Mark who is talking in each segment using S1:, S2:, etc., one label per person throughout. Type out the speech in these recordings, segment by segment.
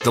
S1: The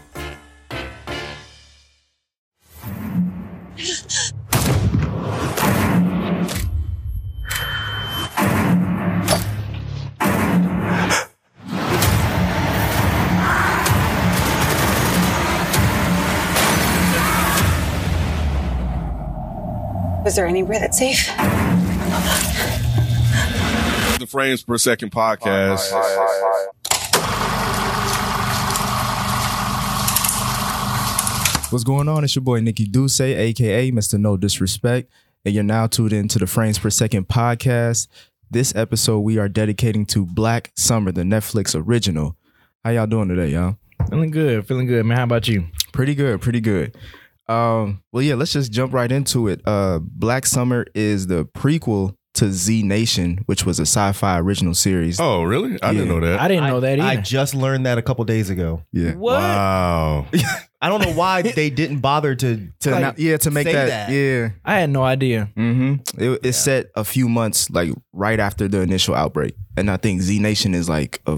S2: Is there anywhere that's safe?
S3: The Frames Per Second podcast.
S4: What's going on? It's your boy Nikki Duce, aka Mr. No Disrespect, and you're now tuned in to the Frames Per Second podcast. This episode we are dedicating to Black Summer, the Netflix original. How y'all doing today, y'all?
S5: Feeling good, feeling good, man. How about you?
S4: Pretty good, pretty good. Um, well, yeah, let's just jump right into it. Uh, Black Summer is the prequel to Z Nation, which was a sci-fi original series.
S3: Oh, really? I didn't
S4: Yeah.
S3: know that.
S5: I didn't know that
S6: I
S5: either.
S6: just learned that a couple days ago.
S4: yeah.
S5: what?
S3: Wow.
S6: I don't know why they didn't bother to.
S4: To
S6: like,
S4: now- yeah, to make
S6: say
S4: that,
S6: that.
S4: yeah.
S5: I had no idea.
S4: Mm-hmm. It, it's set a few months, like right after the initial outbreak, and I think Z Nation is like a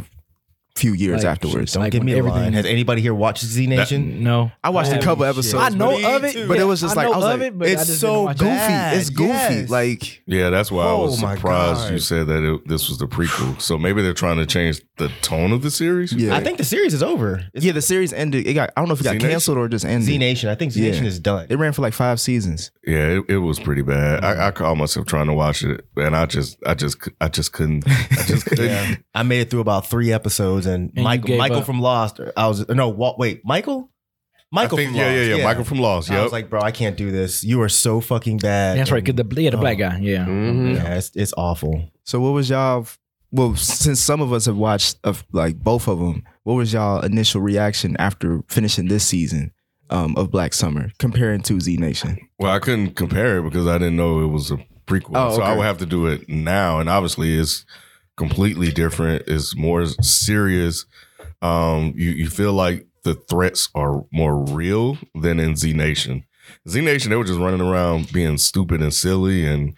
S4: few years
S5: Like,
S4: afterwards.
S6: don't
S5: Like,
S6: give me a
S5: everything-
S6: line. Has anybody here watched Z Nation?
S5: No,
S4: I watched a
S5: haven't.
S4: couple episodes.
S5: I know
S4: but
S5: of it,
S4: but it was just
S5: I
S4: like
S5: know
S4: I was
S5: of
S4: like,
S5: it, but I
S4: it's
S5: just
S4: so
S5: didn't
S4: goofy.
S5: watch it.
S4: It's goofy.
S6: Yes.
S4: Like
S3: Yeah, that's why I was
S6: Oh, my
S3: surprised
S6: God.
S3: you said that it, this was the prequel. So maybe they're trying to change the tone of the series.
S4: yeah,
S6: I think the series is over. It's
S4: yeah. The series ended. It got. I don't know if it got
S3: Z Nation?
S4: canceled or just ended.
S6: Z Nation. I think Z
S4: Yeah.
S6: Nation is done.
S4: It ran for like five seasons.
S3: Yeah, it, it was pretty bad. I, I caught myself trying to watch it, and I just, I just, c- I just couldn't. I just couldn't.
S6: Yeah. I made it through about three episodes, and,
S5: you
S6: Michael,
S5: gave
S6: Michael
S5: up.
S6: from Lost. or I was no. Wa- wait, Michael.
S3: I
S6: Michael.
S3: think-
S6: from
S3: yeah,
S6: Lost,
S3: yeah, yeah, Michael from Lost.
S6: I
S3: Yep.
S6: was like, bro, I can't do this. You are so fucking bad.
S5: that's right. 'cause the yeah, the
S6: Oh.
S5: black guy. Yeah,
S3: Mhm.
S6: Yeah, it's, it's awful.
S4: So what was y'all? Well, since some of us have watched of like both of them, what was y'all initial reaction after finishing this season um, of Black Summer comparing to Z Nation?
S3: Well, I couldn't compare it because I didn't know it was a prequel.
S4: Oh,
S3: So I
S4: okay.
S3: would have to do it now. And obviously it's completely different. It's more serious. Um, you, you feel like the threats are more real than in Z Nation. Z Nation, they were just running around being stupid and silly and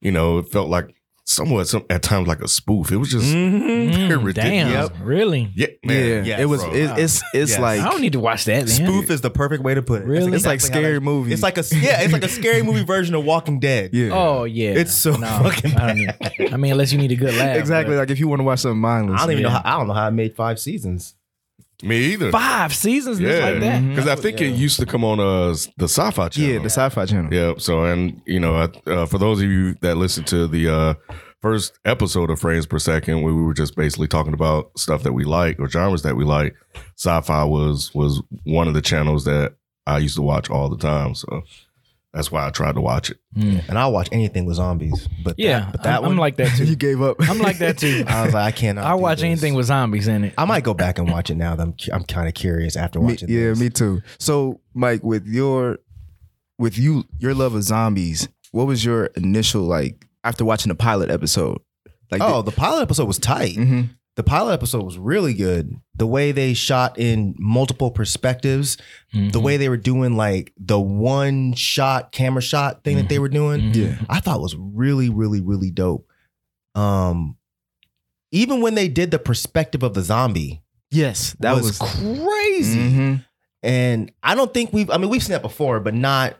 S3: you know, it felt like somewhat some at times like a spoof. It was just
S4: Mm-hmm.
S3: very
S5: Mm,
S3: ridiculous.
S5: damn, really.
S3: Yeah, man.
S6: yes,
S4: it was.
S6: bro.
S4: It, it's it's
S6: Yes.
S4: like
S5: I don't need to watch that. Man.
S6: Spoof is the perfect way to put it. That's
S5: Really?
S4: it's like
S6: exactly how
S4: scary
S6: that-
S4: movie.
S6: It's like a yeah. It's like a scary movie version of Walking Dead.
S4: yeah,
S5: Oh yeah,
S6: It's so fucking
S5: I, don't need- I mean, unless you need a good laugh.
S4: exactly.
S5: but-
S4: Like if you want to watch something mindless,
S6: I don't even know.
S5: Yeah.
S6: How, I don't know how I made five seasons.
S3: Me either.
S5: Five seasons just like that. Mm-hmm.
S3: Because I think it used to come on uh the sci-fi channel.
S4: yeah, the Sci-Fi Channel.
S3: Yeah. So, and you know, I- uh, for those of you that listened to the uh, first episode of Frames Per Second, where we were just basically talking about stuff that we like or genres that we like, sci-fi was was one of the channels that I used to watch all the time. So that's why I tried to watch it.
S6: And I'll watch anything with zombies. But that-
S5: Yeah,
S6: but that
S5: I'm,
S6: one,
S5: I'm like that too.
S4: you gave up.
S5: I'm like that too.
S6: I was like, I cannot.
S5: I
S6: do
S5: watch
S6: this.
S5: anything with zombies in it.
S6: I might go back and watch it now. That I'm cu- I'm kind of curious after
S4: Me-
S6: watching.
S4: yeah,
S6: this.
S4: me too. So, Mike, with your with you your love of zombies, what was your initial like after watching the pilot episode? Like,
S6: Oh, the pilot episode was tight.
S4: Mhm.
S6: The pilot episode was really good. The way they shot in multiple perspectives,
S5: Mm-hmm.
S6: the way they were doing like the one shot camera shot thing
S5: Mm-hmm.
S6: that they were doing,
S4: yeah,
S6: I thought was really, really, really dope. Um, even when they did the perspective of the zombie,
S4: yes, that was,
S6: crazy.
S4: Mhm.
S6: And I don't think we've, I mean, we've seen that before, but not,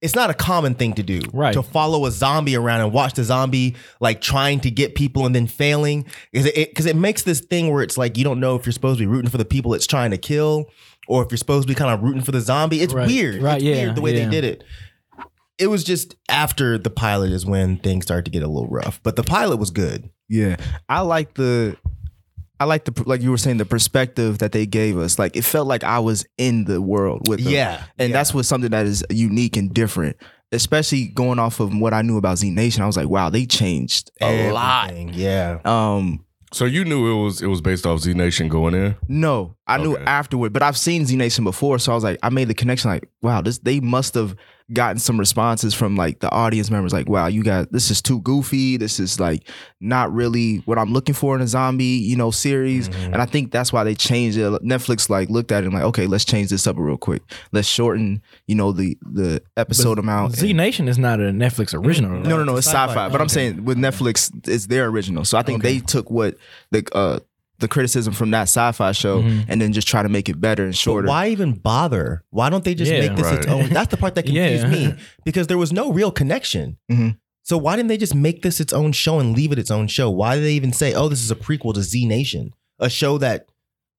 S6: it's not a common thing to do.
S5: Right.
S6: To follow a zombie around and watch the zombie like trying to get people and then failing. Because it, it, 'cause it makes this thing where it's like you don't know if you're supposed to be rooting for the people it's trying to kill or if you're supposed to be kind of rooting for the zombie. It's
S5: Right.
S6: weird.
S5: Right,
S6: It's
S5: yeah,
S6: weird the way
S5: yeah.
S6: they did it. It was just after the pilot is when things start to get a little rough. But the pilot was good.
S4: yeah. I like the. I like the like you were saying the perspective that they gave us. Like it felt like I was in the world with them.
S6: Yeah,
S4: and
S6: yeah.
S4: that's what something that is unique and different. Especially going off of what I knew about Z Nation, I was like, wow, they changed a lot.
S6: Everything, Yeah.
S4: Um,
S3: So you knew it was it was based off Z Nation going in.
S4: No, I knew
S3: Okay.
S4: afterward, but I've seen Z Nation before, so I was like, I made the connection. Like, wow, this they must have gotten some responses from like the audience members. Like, wow, you guys, this is too goofy. This is like not really what I'm looking for in a zombie, you know, series. And I think that's why they changed it. Netflix like looked at it and like, okay, let's change this up real quick. Let's shorten, you know, the the episode amount.
S5: Z
S4: and-
S5: Nation is not a Netflix original. right?
S4: no, no, no. It's sci-fi, but I'm
S5: Okay.
S4: saying with Netflix, it's their original. So I think they took what the uh, the criticism from that sci-fi show and then just try to make it better and
S6: But
S4: shorter.
S6: why even bother? Why don't they just
S5: Yeah.
S6: make this its
S3: Right.
S6: own? That's the part that confused
S5: Yeah.
S6: me because there was no real connection.
S4: Mhm.
S6: So why didn't they just make this its own show and leave it its own show? Why did they even say, "Oh, this is a prequel to Z Nation," a show that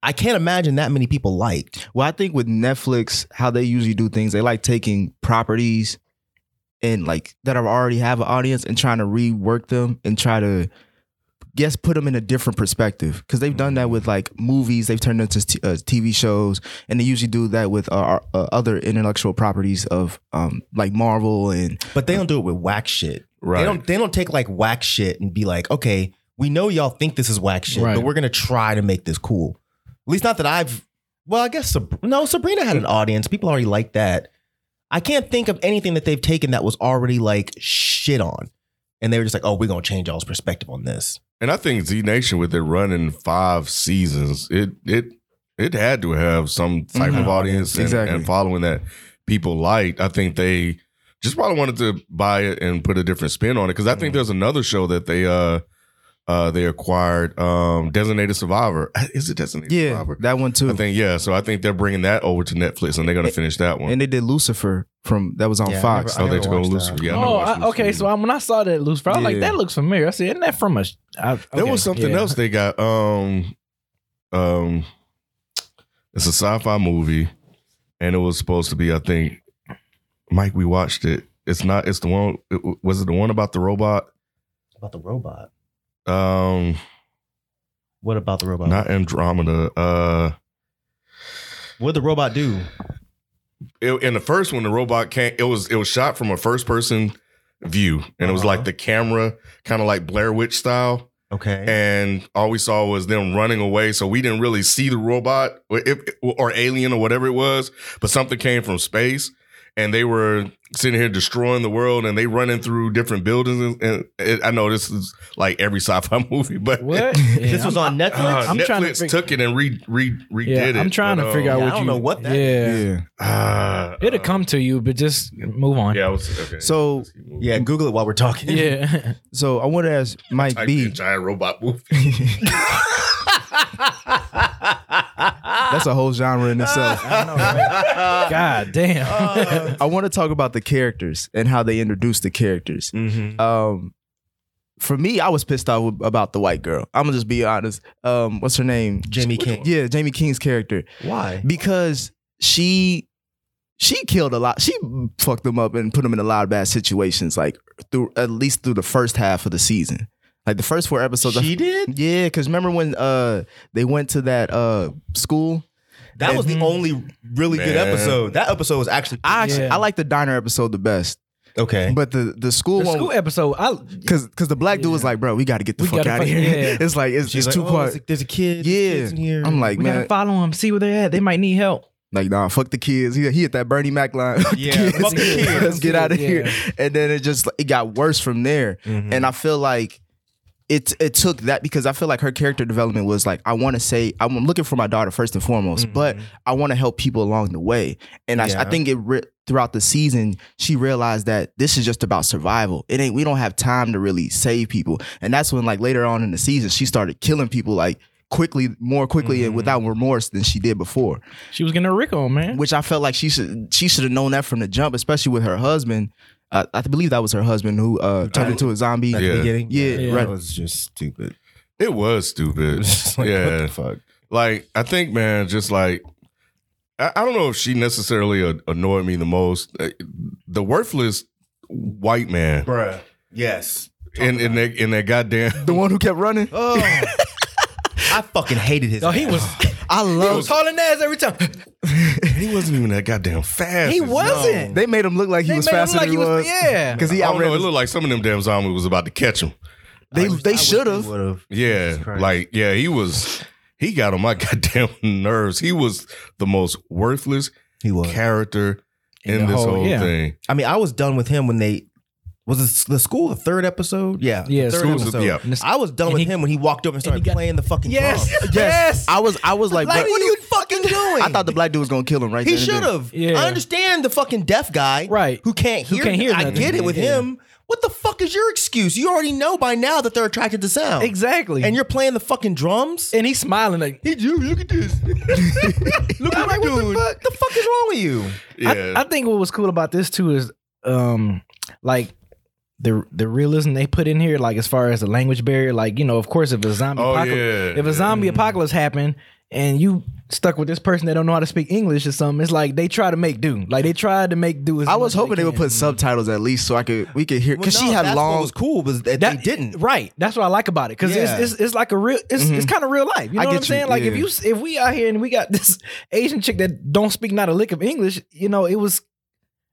S6: I can't imagine that many people liked?
S4: Well, I think with Netflix, how they usually do things, they like taking properties and like that are already have an audience and trying to rework them and try to guess put them in a different perspective because they've done that with like movies they've turned into t- uh, tv shows and they usually do that with uh, uh, other intellectual properties of um, like marvel and
S6: But they don't do it with whack shit.
S3: Right.
S6: They don't. They don't take like whack shit and be like, "Okay, we know y'all think this is whack shit,
S5: Right.
S6: but we're gonna try to make this cool." At least not that I've. Well, I guess Sab- no. Sabrina had an audience. People already liked that. I can't think of anything that they've taken that was already like shit on, and they were just like, "Oh, we're gonna change y'all's perspective on this."
S3: And I think Z Nation with it running five seasons, it it it had to have some type
S5: Mhm.
S3: of audience and,
S4: Mm-hmm. Exactly.
S3: and following that people liked. I think they just probably wanted to buy it and put a different spin on it because I
S4: Mm-hmm.
S3: think there's another show that they uh uh they acquired um Designated Survivor. Uh, Is it Designated
S4: yeah
S3: Survivor?
S4: that one too
S3: I think yeah. So I think they're bringing that over to Netflix and they're gonna finish that one.
S4: and they did lucifer from that was on
S6: Yeah, I
S4: fox
S6: never-
S3: oh, they
S6: never
S3: took over
S6: watched
S3: Lucifer.
S6: that.
S3: Yeah. I never
S5: Oh,
S3: watched
S5: I,
S3: Lucifer
S5: okay.
S3: either.
S5: So I, when I saw that Lucifer, I was
S4: Yeah.
S5: like, "That looks familiar." I said, "Isn't that from a?" sh- I,
S3: There
S5: okay,
S3: was something
S5: yeah.
S3: else they got. Um, um, it's a sci-fi movie, and it was supposed to be. I think, Mike, we watched it. It's not. It's the one. It, w- was it the one about the robot?
S6: About the robot.
S3: Um,
S6: What about the robot?
S3: not Andromeda. Uh,
S6: what did the robot do?
S3: it, in the first one, the robot came. It was it was shot from a first person view, and it was
S6: Uh-huh.
S3: like the camera, kind of like Blair Witch style.
S6: Okay.
S3: Eh, and all we saw was them running away. So we didn't really see the robot or, if, or alien or whatever it was, but something came from space, and they were sitting here destroying the world, and they running through different buildings. And, and it, I know this is like every sci-fi movie, but
S5: What?
S6: this
S5: Yeah,
S6: was on Netflix.
S3: Uh,
S5: I'm trying to
S3: Netflix
S5: fig-
S3: took it and re re redid
S5: Yeah,
S3: it.
S5: I'm trying
S3: but,
S5: to figure
S3: um,
S5: out
S6: yeah,
S5: what
S6: uh, I don't
S5: you.
S6: know what that-
S3: Oh,
S5: yeah.
S3: ah,
S5: it'll come to you, but just move on.
S3: Yeah, I was, okay.
S4: So-
S6: yeah, Google it while we're talking.
S5: yeah.
S4: so i want to ask mike
S3: Type
S4: b
S3: in giant robot movie.
S4: that's a whole genre in itself
S6: Ah. Uh,
S5: God damn.
S4: I want to talk about the characters and how they introduced the characters. Um, for me, I was pissed off with- about the white girl. I'm gonna just be honest. Um, what's her name?
S6: Jamie King.
S4: Yeah, Jamie King's character
S6: Why?
S4: because she she killed a lot. She fucked them up and put them in a lot of bad situations. Like through at least through the first half of the season, like the first four episodes. I-
S6: she did.
S4: yeah, because remember when uh they went to that uh school
S6: That was the only really good
S3: Man.
S6: episode. That episode was actually
S4: I actually,
S5: Yeah.
S4: I like the diner episode the best,
S6: okay.
S4: but the the school
S5: The
S4: one
S5: school episode. I
S4: Cause, cause the black dude was like, bro, we got to get the
S5: We
S4: fuck
S5: gotta
S4: out of
S5: fuck-
S4: here.
S5: yeah.
S4: It's like it's, it's
S6: like,
S4: two
S6: "Oh,
S4: part.
S6: there's a- There's a kid. there's
S4: yeah,
S6: kids in here.
S4: I'm like,
S5: we
S4: man,
S5: gotta follow them, see where they're at. They might need help.
S4: like nah, fuck the kids. He, he hit that Bernie Mac line. Fuck the
S6: Yeah,
S4: kids.
S6: fuck the kids.
S4: let's get out of
S5: Yeah.
S4: here. And then it just it got worse from there.
S6: Mm-hmm.
S4: And I feel like it it took that because I feel like her character development was like I want to say I'm looking for my daughter first and foremost, but I want to help people along the way. And I, I
S6: Mm-hmm. Yeah.
S4: think it re- throughout the season she realized that this is just about survival. It ain't we don't have time to really save people. And that's when like later on in the season she started killing people like quickly, more quickly
S6: Mm-hmm.
S4: and without remorse than she did before
S5: She was getting a Rick on, man.
S4: which I felt like she should she should have known that from the jump, especially with her husband. Uh, I believe that was her husband who uh, turned into a zombie.
S3: At the Yeah.
S6: beginning.
S4: Yeah,
S5: Yeah.
S4: right.
S6: That was just stupid.
S3: It was
S6: It
S3: stupid.
S6: was just like,
S3: yeah.
S6: what the fuck?
S3: like I think, man, just like I, I don't know if she necessarily a- annoyed me the most. Uh, The worthless white man
S6: Bruh. Yes.
S3: in in that, in that goddamn.
S4: The one who kept running.
S6: Oh. I fucking hated his.
S5: No, he
S6: ass.
S5: was.
S4: I love.
S5: calling ass every time.
S3: he wasn't even that goddamn fast.
S5: He
S3: It's-
S5: wasn't.
S4: They made him look like he
S5: They
S4: was
S5: made him
S4: faster
S5: like
S4: than he
S5: he
S4: was.
S5: was- yeah.
S4: because he
S3: I don't
S4: outran.
S3: know. It looked like some of them damn zombies was about to catch him.
S4: they
S6: I wish- I
S4: they
S6: wish
S4: should have.
S6: would've.
S3: Yeah,
S6: Christ.
S3: like yeah, he was. He got on my goddamn nerves. He was the most worthless
S6: He was.
S3: character in,
S5: the
S3: this
S5: whole-
S3: whole,
S5: yeah.
S3: thing.
S6: I mean, I was done with him when they was this the school the third episode. Yeah, the
S5: Yeah,
S6: third
S3: school's-
S6: episode.
S3: yeah.
S6: I was done
S5: And
S6: with
S5: he-
S6: him when he walked up and started
S5: he got-
S6: playing the fucking
S5: Yes.
S6: drums.
S5: Yes.
S4: I was I was like,
S6: Like,
S4: bruh,
S6: what are you fucking doing?
S4: I thought the black dude was gonna kill him right
S6: he
S4: then and there.
S6: should have.
S5: Yeah.
S6: I understand the fucking deaf guy,
S5: Right.
S6: Who can't
S5: Who
S6: hear.
S5: can't hear
S6: I
S5: nothing.
S6: get it with
S5: Yeah.
S6: him. What the fuck is your excuse? You already know by now that they're attracted to sound,
S5: Exactly.
S6: and you're playing the fucking drums.
S5: and he's smiling like
S6: Hey, dude, look at this. look at my dude. The fuck? the fuck is wrong with you?
S3: Yeah.
S5: I, I think what was cool about this too is um like the the realism they put in here, like as far as the language barrier, like, you know, of course if a zombie
S3: Oh,
S5: apocalypse
S3: yeah.
S5: if a zombie apocalypse happened and you stuck with this person that don't know how to speak English or something, it's like they try to make do. Like they tried to make do as
S4: I
S5: much
S4: was
S5: as
S4: hoping they would
S5: can.
S4: put subtitles at least so I could we could hear because
S6: Well, no,
S4: she had
S6: that's What
S4: long.
S6: was cool was that,
S5: That-
S6: they didn't.
S5: right. That's what I like about it because
S6: Yeah.
S5: it's, it's it's like a real it's it's kind of real life. You know
S4: I
S5: what I'm
S4: get you,
S5: saying? Like if
S4: yeah.
S5: you s- if we out here and we got this Asian chick that don't speak not a lick of English, you know it was.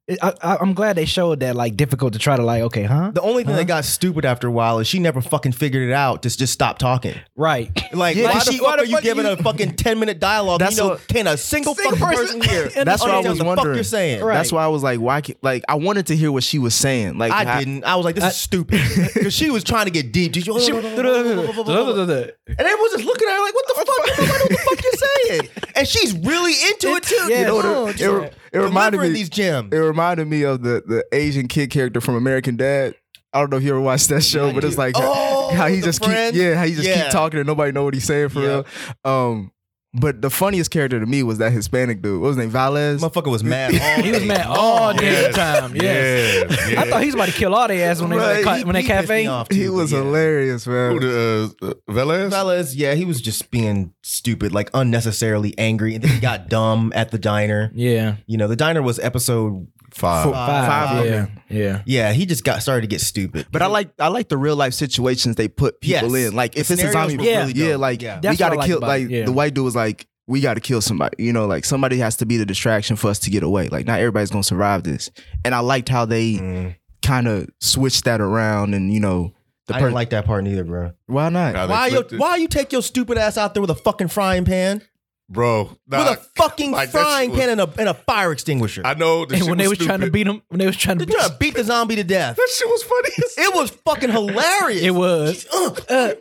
S5: It, I, I, I'm glad they showed that like difficult to try to like okay, huh?
S6: The only thing that got stupid after a while is she never fucking figured it out. Just just stop talking.
S5: right.
S6: Like
S4: Yeah,
S6: why,
S4: she-
S6: the
S4: why
S6: fuck
S4: the
S6: are you
S4: fuck
S6: giving
S4: you-
S6: a fucking ten minute dialogue?
S4: That's
S6: you know,
S4: what-
S6: can a single,
S5: Single
S6: fucking
S5: person-
S6: person, here?
S5: And
S4: That's what I was
S6: understand what the fuck
S4: wondering.
S6: you're saying.
S5: Right.
S4: That's why I was like, why? Can, like I wanted to hear what she was saying. Like
S6: I didn't. I was like, this is stupid because she was trying to get deep. She,
S5: She-
S6: and everyone's just looking at her like, what the fuck? Nobody know what the fuck you're saying? And she's really into it too.
S5: Yeah.
S6: You know what?
S5: Oh,
S6: Just
S4: It, re- it reminded
S6: delivering
S4: me.
S6: these gems.
S4: it reminded me of the the Asian kid character from American Dad. I don't know if you ever watched that show, but it's like
S6: Oh,
S4: how he
S6: the
S4: just
S6: friend?
S4: keep yeah, how he just
S6: Yeah.
S4: keep talking and nobody know what he's saying for
S6: Yeah.
S4: real. Um, but the funniest character to me was that Hispanic dude. What was his name? Valez.
S6: Motherfucker was mad. all
S5: He was
S6: day.
S5: mad all damn
S3: Yes.
S5: time. Yes.
S3: Yeah, yeah.
S5: I thought he was about to kill all their ass when they
S4: Right.
S5: when they, when they
S6: He pissed me
S5: cafe.
S6: off, too,
S4: He
S6: but
S4: was
S6: yeah.
S4: hilarious, man.
S3: Who the, uh, Velez?
S6: Fellas, yeah, he was just being stupid, like unnecessarily angry, and then he got dumb at the diner.
S5: Yeah.
S6: You know, the diner was episode.
S3: Five.
S5: Five.
S4: Five,
S5: yeah. Yeah.
S6: Yeah, he just got started to get stupid.
S4: But I like I like the real life situations they put people
S6: Yes.
S4: in. Like if
S6: The
S4: it's a
S6: scenarios
S4: zombie,
S6: were
S4: yeah,
S6: really
S4: yeah,
S6: dope.
S4: like
S6: Yeah.
S4: we
S5: That's
S4: gotta
S5: what I like
S4: kill.
S5: about
S4: Like
S5: it, yeah.
S4: the white dude was like, we gotta kill somebody. You know, like somebody has to be the distraction for us to get away. Like not everybody's gonna survive this. And I liked how they
S6: Mm.
S4: kind of switched that around. And you know, the
S6: I didn't
S4: person
S6: like that part neither, bro.
S4: why not?
S3: How they
S6: Why you
S3: flipped it.
S6: Why you take your stupid ass out there with a fucking frying pan,
S3: bro? Nah,
S6: with a fucking
S3: like, that
S6: frying
S3: shit
S6: pan
S3: was-
S6: and a and a fire extinguisher?
S3: I know. That
S5: And
S3: shit
S5: when they was trying to
S3: stupid.
S5: beat him, when they was trying to
S6: They're
S5: beat
S6: trying to beat the zombie to death.
S3: that shit was funny. as-
S6: It was fucking hilarious.
S5: it was. Uh, uh,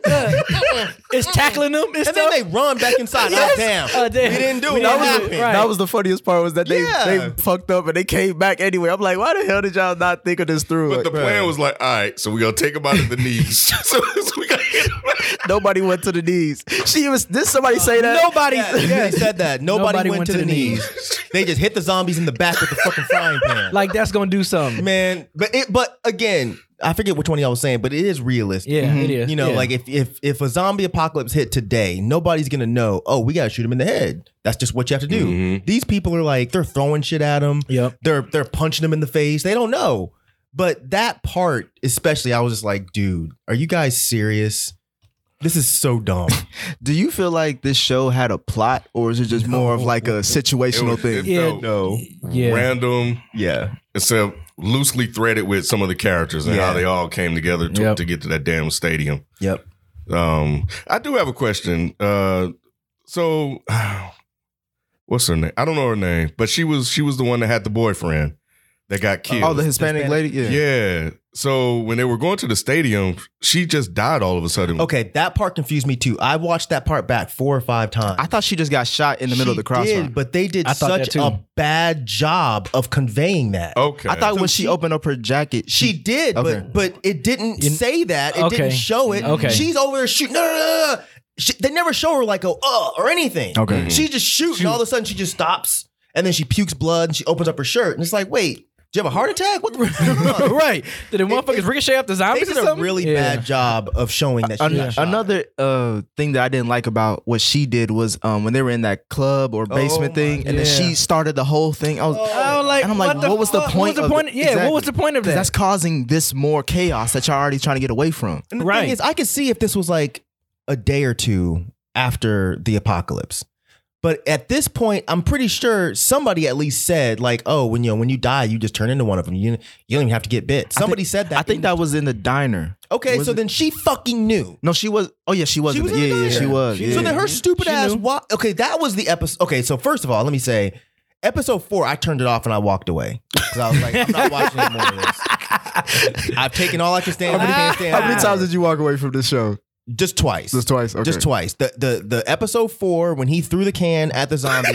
S5: it's tackling them. It's
S6: And then they run back inside.
S5: Yes.
S6: Oh, damn.
S5: Oh, damn.
S6: We didn't do
S5: We didn't
S6: it. That
S5: do it.
S6: happened.
S5: Right.
S4: That was the funniest part was that they
S6: Yeah.
S4: they fucked up and they came back anyway. I'm like, why the hell did y'all not think of this through?
S3: But
S4: Like,
S3: the plan
S4: bruh,
S3: was like, all right, so we gonna take him out of the knees. so, so we gotta hit him.
S4: nobody went to the knees. She was. Did somebody say that?
S6: Nobody they said that. Nobody, went, to, the knees.
S5: knees.
S6: they just hit the zombies in the back with the fucking frying pan.
S5: like that's gonna do something.
S6: man, but it but again, I forget which one y'all was saying, but it is realistic.
S5: Yeah, it is.
S6: You know,
S5: Yeah.
S6: like if if if a zombie apocalypse hit today, nobody's gonna know. Oh, we gotta shoot him in the head. That's just what you have to do. These people are like they're throwing shit at him.
S5: Yep.
S6: They're they're punching him in the face. They don't know. But that part, especially, I was just like, dude, are you guys serious? This is so dumb.
S4: Do you feel like this show had a plot, or is it just more of like a
S3: It
S4: situational
S3: was-
S4: thing?
S3: it
S5: Yeah.
S3: felt
S6: no.
S5: Yeah.
S3: Random,
S6: Yeah.
S3: except loosely threaded with some of the characters and
S6: Yeah.
S3: how they all came together to,
S5: Yep.
S3: to get to that damn stadium.
S6: Yep.
S3: Um, I do have a question. Uh, so, what's her name? I don't know her name, but she was she was the one that had the boyfriend that got killed.
S4: Oh, the Hispanic, lady. Yeah.
S3: Yeah. So when they were going to the stadium, she just died all of a sudden.
S6: Okay, that part confused me too. I watched that part back four or five times.
S4: I thought she just got shot in the middle of the
S6: She did,
S4: crossfire.
S6: but they did
S5: I thought that
S6: such
S5: too.
S6: a bad job of conveying that.
S3: Okay.
S4: I thought
S6: So
S4: when she,
S6: she-
S4: opened up her jacket,
S6: She
S4: Oh, she,
S6: did,
S4: Okay.
S6: but but it didn't
S5: You-
S6: say that. It
S5: Okay.
S6: didn't show it.
S5: Okay.
S6: She's over there shooting. No, no, no, no. She, they never show her like a uh or anything.
S4: Okay.
S6: She just shoots, and all of a sudden she just stops, and then she pukes blood, and she opens up her shirt, and it's like, wait, do you have a heart attack? What the? Come on.
S5: right. Did the motherfuckers ricochet up the
S6: They
S5: zombies
S6: did
S5: or
S6: a
S5: something?
S6: really
S5: Yeah.
S6: bad job of showing that. She
S4: An-
S6: got shot.
S4: another uh, thing that I didn't like about what she did was um, when they were in that club or basement
S6: my-
S4: thing, and then
S5: yeah. Oh.
S4: she started the whole thing. I was,
S5: I was like,
S4: and I'm like, what,
S5: the
S4: was the
S5: fuck?
S4: point?
S5: What was the
S4: of
S5: point?
S4: it?
S5: Yeah, what was the point of
S4: 'Cause
S5: that?
S4: That's causing this more chaos that y'all already trying to get away from.
S6: And the
S5: Right.
S6: thing is, I could see if this was like a day or two after the apocalypse. But at this point, I'm pretty sure somebody at least said like, "Oh, when you know, when you die, you just turn into one of them. You you don't even have to get bit." Somebody said that.
S4: I think
S6: in-
S4: that was in the diner.
S6: Okay,
S4: was
S6: so
S4: it-
S6: then she fucking knew.
S4: No, she was. Oh yeah, she was.
S6: She
S4: in
S6: was
S4: the-
S6: in
S4: yeah,
S6: the
S4: yeah,
S6: diner.
S4: she was.
S6: So
S4: yeah.
S6: then her stupid
S4: She
S6: ass.
S4: knew.
S6: Why? Okay, that was the episode. Okay, so first of all, let me say, episode four, I turned it off and I walked away because I was like, I'm not watching any more of this. I've taken all I can stand. I can't stand.
S7: How many times did you walk away from this show?
S6: Just twice.
S7: Just twice. Okay.
S6: Just twice. The the the episode four when he threw the can at the zombie,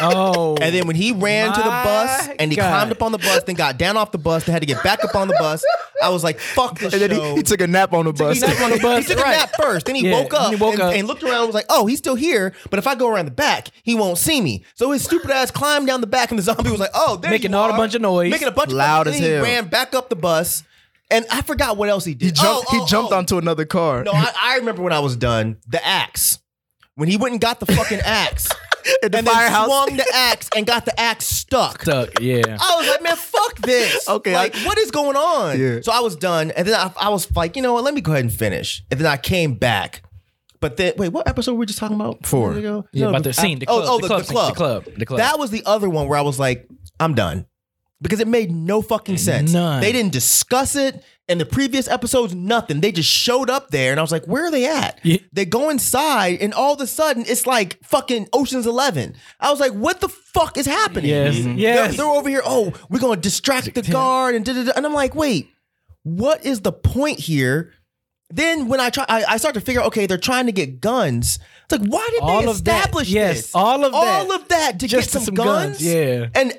S5: Oh,
S6: and then when he ran to the bus
S5: My
S6: and he
S5: God.
S6: climbed up on the bus, then got down off the bus, then had to get back up on the bus. I was like, "Fuck this
S7: And then
S6: show."
S7: he, he took a nap on the bus.
S6: He took
S5: on the bus,
S6: He took a
S5: right.
S6: nap first. Then he
S5: Yeah,
S6: woke up,
S5: then he woke
S6: and,
S5: up.
S6: and looked around and was like, oh, he's still here. But if I go around the back, he won't see me. So his stupid ass climbed down the back and the zombie was like, oh, there
S5: Making
S6: you
S5: all a
S6: are.
S5: bunch of noise.
S6: Making a bunch
S4: Loud
S6: of
S4: as
S6: noise. Then
S4: hell.
S6: He ran back up the bus. And I forgot what else he did.
S7: He jumped.
S6: Oh,
S7: he
S6: oh,
S7: jumped
S6: oh.
S7: onto another car.
S6: No, I, I remember when I was done. The axe. When he went and got the fucking axe.
S7: At the
S6: and
S7: firehouse.
S6: then swung the axe and got the axe stuck.
S5: Tuck, yeah.
S6: I was like, man, fuck this.
S7: Okay,
S6: Like, what is going on?
S7: Yeah.
S6: So I was done. And then I, I was like, you know what? Let me go ahead and finish. And then I came back. But then, wait, what episode were we just talking about?
S7: Four.
S6: Minutes ago?
S5: Yeah,
S6: No,
S5: about the scene, the club,
S6: oh, oh,
S5: the
S6: the,
S5: club
S6: the
S5: scene, the
S6: club.
S5: club, the club.
S6: That was the other one where I was like, I'm done. Because it made no fucking sense.
S5: None.
S6: They didn't discuss it in the previous episodes, nothing. They just showed up there and I was like, where are they at?
S5: Yeah.
S6: They go inside and all of a sudden it's like fucking Ocean's Eleven. I was like, what the fuck is happening?
S5: Yes.
S6: Mhm.
S5: Yes.
S6: They're, they're over here, oh, we're gonna distract the guard and da da da. And I'm like, wait, what is the point here? Then when I try, I, I start to figure, okay, they're trying to get guns. It's like, why did
S5: All
S6: they
S5: of that.
S6: establish
S5: Yes,
S6: this?
S5: all of that.
S6: all of that to
S5: Just
S6: get some,
S5: some guns,
S6: guns?
S5: yeah.
S6: and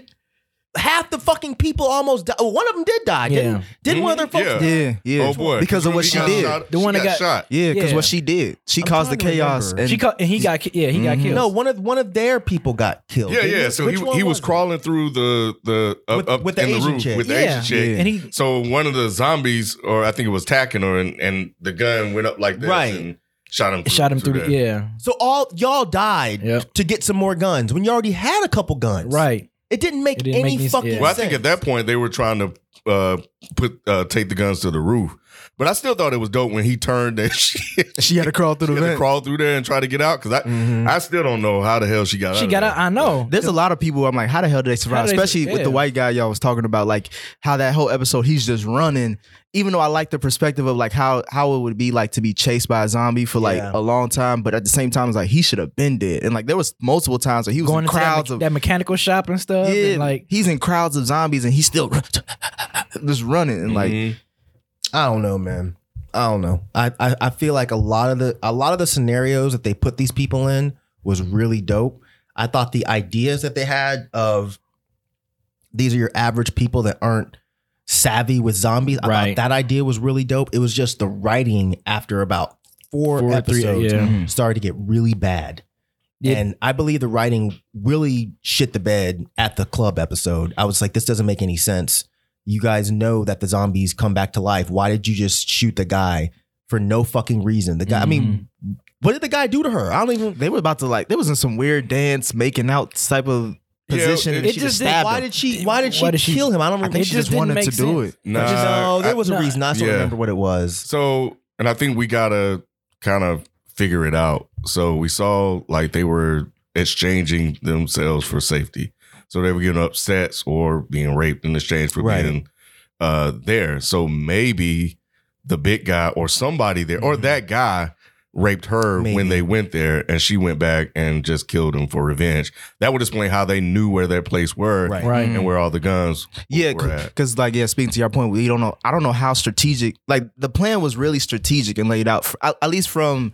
S6: half the fucking people almost died. One of them did die. Didn't,
S5: Yeah.
S6: didn't one of their folks?
S3: Yeah.
S7: Yeah.
S4: Yeah.
S3: Oh boy,
S4: Because of what
S3: He
S4: she
S3: got
S4: did.
S3: shot-
S5: The
S3: she
S5: one that got-
S3: shot.
S4: Yeah, because
S5: Yeah.
S4: what she did, she caused the
S6: trying to
S4: chaos,
S6: remember.
S4: and
S5: She caught, and he got, ki- yeah, he got killed.
S6: Mm-hmm. No, one of one of their people got killed.
S3: Yeah,
S6: didn't
S3: yeah.
S6: it?
S3: So
S6: Which
S3: he
S6: one
S3: he was
S6: it?
S3: crawling through the the up,
S6: With-
S3: up
S6: with the
S3: in the
S6: Asian
S3: roof
S6: chick.
S3: with the
S5: Yeah.
S3: Asian chick,
S5: Yeah. And he-
S3: so one of the zombies, or I think it was Tackiner, and and the gun went up like this
S6: Right.
S3: and shot him. Through,
S5: shot him through.
S3: that.
S5: the, yeah,
S6: So all y'all died
S5: Yep.
S6: to get some more guns when you already had a couple guns.
S5: right.
S6: It didn't make
S5: It didn't
S6: any
S5: make any-
S6: fucking
S5: yeah.
S3: Well, I
S6: sense.
S3: think at that point they were trying to uh, put uh, take the guns to the roof, but I still thought it was dope when he turned and she,
S7: She had to crawl through
S3: she
S7: the
S3: had to
S7: vent. Mm.
S3: crawl through there and try to get out because I
S5: Mm-hmm.
S3: I still don't know how the hell she got out.
S5: She
S3: of
S5: got
S3: there.
S5: out. I know.
S4: There's a lot of people. I'm like, how the hell did they survive?
S5: How did they-
S4: Especially with
S5: yeah.
S4: the white guy y'all was talking about, like how that whole episode he's just running. Even though I like the perspective of like how how it would be like to be chased by a zombie for like
S6: Yeah.
S4: a long time, but at the same time, it's like he should have been dead. And like there was multiple times where he was in
S5: Going into crowds
S4: crowds
S5: that, me-
S4: of
S5: that mechanical shop and stuff.
S4: yeah,
S5: and like
S4: he's in crowds of zombies and he's still just running and like
S3: Mhm.
S6: I don't know, man. I don't know. I, I I feel like a lot of the a lot of the scenarios that they put these people in was really dope. I thought the ideas that they had of these are your average people that aren't savvy with zombies. I
S5: Right.
S6: thought that idea was really dope. It was just the writing after about four,
S5: Four or three,
S6: episodes
S5: yeah.
S4: Mm.
S6: started to get really bad.
S5: Yeah.
S6: And I believe the writing really shit the bed at the club episode. I was like, this doesn't make any sense. You guys know that the zombies come back to life. Why did you just shoot the guy for no fucking reason? The guy, I mean, what did the guy do to
S4: Mm.
S6: her? I don't even.
S4: they were about to like they was in some weird dance making out type of
S3: Yeah,
S4: position. and
S3: it-
S4: she
S5: it
S4: just
S5: just did-
S4: stabbed
S6: Why
S4: him.
S6: did she? Why did she
S5: Why did she-
S6: kill him? I don't
S4: I
S6: remember.
S4: think she
S5: just
S4: just wanted
S5: didn't
S4: to
S5: make
S4: do
S5: sense.
S4: it.
S3: Nah,
S6: no,
S3: I-
S6: oh, there was a
S5: nah.
S6: reason. I still
S3: Yeah.
S6: remember what it was.
S3: So, and I think we gotta kind of figure it out. So we saw like they were exchanging themselves for safety. So they were getting upsets or being raped in exchange for
S6: Right.
S3: being uh, there. So maybe the big guy or somebody there or that guy raped her
S6: Mm-hmm. Maybe.
S3: when they went there and she went back and just killed him for revenge. That would explain how they knew where their place were
S6: Right.
S5: right.
S3: and where all the guns
S4: Yeah,
S3: were at.
S4: because like yeah, speaking to your point, we don't know. I don't know how strategic. Like the plan was really strategic and laid out, for, at, at least from.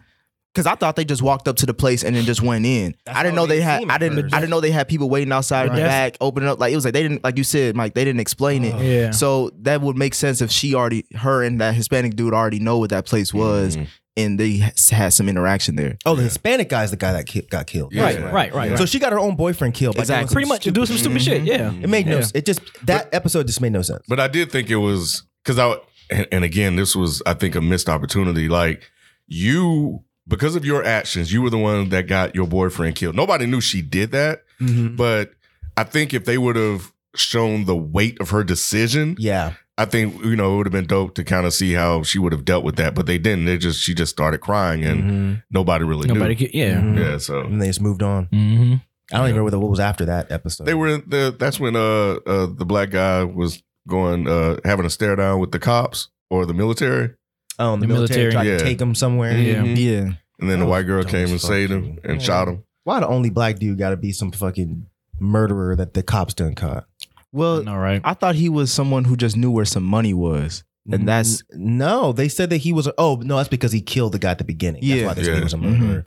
S4: Because I thought they just walked up to the place and then just went in.
S6: That's
S4: I didn't
S6: how
S4: know
S6: it
S4: they
S6: made it
S4: had.
S6: seem
S4: I
S6: at
S4: didn't.
S6: first.
S4: I didn't know they had people waiting outside in the
S5: Right.
S4: back, opening up. Like it was like they didn't. Like you said, Mike, they didn't explain
S6: Oh,
S4: it.
S5: Yeah.
S4: So that would make sense if she already, her and that Hispanic dude already know what that place was,
S3: Mhm.
S4: and they has- had some interaction there.
S6: Mm-hmm. Oh, the Hispanic guy's the guy that ki- got killed.
S3: Yeah.
S5: Right, right, right,
S6: So she got her own boyfriend killed. by doing
S4: Exactly.
S6: some
S5: Pretty much to do some stupid shit. Yeah.
S6: It made no.
S5: Yeah.
S6: s- It just that episode just made no sense.
S3: But I did think it was because I and, and again, this was I think a missed opportunity. Like you, because of your actions, you were the one
S4: Mm-hmm.
S5: Mm-hmm.
S3: that got your boyfriend killed. Nobody knew she did that, but I think if they would have shown the weight of her decision,
S6: Yeah.
S3: I think you know it would have been dope to kind of see how she would have dealt with that. But they didn't. They just she just started crying and
S6: Mm-hmm.
S4: Mm-hmm.
S3: nobody really
S5: Nobody mm-hmm.
S3: knew.
S5: could, yeah.
S6: Mhm.
S3: Yeah, so
S6: And they just moved on.
S5: Mm-hmm.
S6: I don't even remember what was after that episode.
S3: they were in the. That's when uh, uh the black guy was going uh having a stare down with the cops or the military,
S6: oh, and the,
S5: The
S6: military,
S5: military.
S6: tried
S3: Yeah.
S6: to take them somewhere.
S3: Yeah. Mhm.
S4: Yeah.
S3: and then the
S6: Oh,
S3: white girl
S6: dumb
S3: came
S6: as
S3: and
S6: fuck,
S3: saved
S6: dude.
S3: him and
S6: Yeah.
S3: shot him.
S6: Why the only black dude got to be some fucking murderer that the cops done caught?
S4: Well,
S5: All right.
S4: I thought he was someone who just knew where some money was. And that's
S6: N- no. They said that he was. Oh no, that's because he killed the guy at the beginning. That's
S4: Yeah.
S6: why this
S3: Yeah.
S6: nigga was a murderer.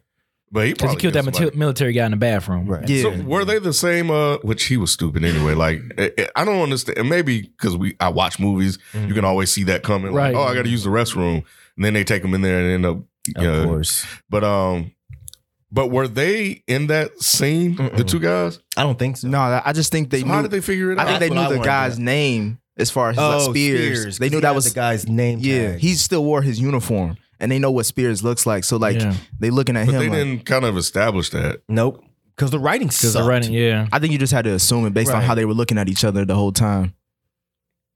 S3: But he
S5: Because
S3: probably
S5: he killed that
S3: somebody.
S5: mati- military guy in the bathroom.
S6: Right.
S4: yeah.
S3: So were they the same? Uh, which he was stupid anyway. Like I- I- I don't understand. And maybe because we I watch movies,
S5: Mm-hmm.
S3: you can always see that coming. Like,
S5: Right.
S3: oh, I got to use the restroom, and then they take him in there and end up.
S4: Mm-hmm.
S6: Of
S3: yeah.
S6: course.
S3: But um, but were they in that scene? The
S6: Mm-mm.
S3: two guys.
S6: I don't think so.
S4: no, I I just think they
S3: So
S4: knew.
S3: how did they figure it
S4: I
S3: out?
S4: think they
S6: That's what
S4: knew
S6: I
S4: the
S6: wanted to
S4: guy's
S6: know.
S4: name as far as like Spears. They
S6: 'cause
S4: knew
S6: Oh, he
S4: that
S6: had
S4: was
S6: the guy's name.
S4: yeah.
S6: tag.
S4: He still wore his uniform, and they know what Spears looks like. So like
S5: Yeah.
S4: they looking at
S3: but
S4: him.
S3: they
S4: like-
S3: didn't kind of establish that.
S6: nope. Because the writing
S5: Because
S6: sucked.
S5: they're running, yeah.
S4: I think you just had to assume it based on
S6: Right.
S4: how they were looking at each other the whole time.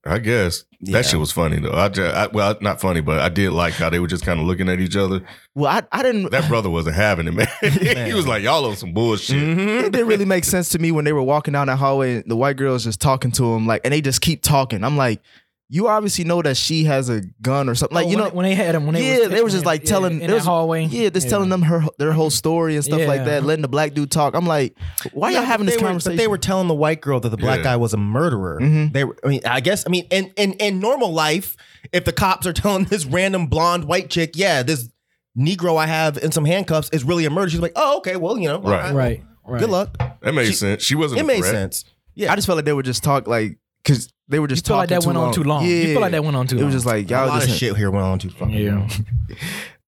S3: I guess
S6: Yeah.
S3: that shit was funny though. I, just, I well, not funny, but I did like how they were just kind of looking at each other.
S4: Well, I, I didn't.
S3: That brother wasn't having it, man. he was like, "Y'all on some bullshit."
S4: it didn't really make sense to me when they were walking down that hallway and the white girl's just talking to him like and they just keep talking i'm like you obviously know that she has a gun or something like
S5: Oh,
S4: you
S5: when
S4: know
S5: they- when they had him, when they
S4: yeah
S5: was,
S4: they was just like
S5: yeah,
S4: telling
S5: in
S4: they
S5: the
S4: was-
S5: hallway,
S4: yeah just telling them her their whole story and stuff like
S5: Yeah.
S4: that letting the black dude talk i'm like why
S6: Yeah,
S4: y'all having
S6: but
S4: this
S6: they were-
S4: conversation
S6: but they were telling the white girl that the black
S3: Yeah.
S6: guy was a murderer.
S4: Mhm.
S6: They, were, I mean, I guess, I mean, in, in in normal life, if the cops are telling this random blonde white chick, yeah, this Negro I have in some handcuffs is really a murderer, she's like, oh, okay, well, you know,
S3: Right.
S6: all
S5: Right, right.
S6: Good luck.
S3: That made
S6: She-
S3: sense. She wasn't.
S6: It
S3: a
S6: made
S3: threat.
S6: sense.
S4: i just felt like they were just talk like because they were
S5: You
S4: just
S5: feel like
S4: talking
S5: that went on too long.
S4: yeah
S5: You feel like that went on too
S4: it
S5: long.
S4: was just like
S6: a
S4: y'all
S6: lot
S4: just
S6: of shit here went on too fucking
S5: yeah.
S6: long.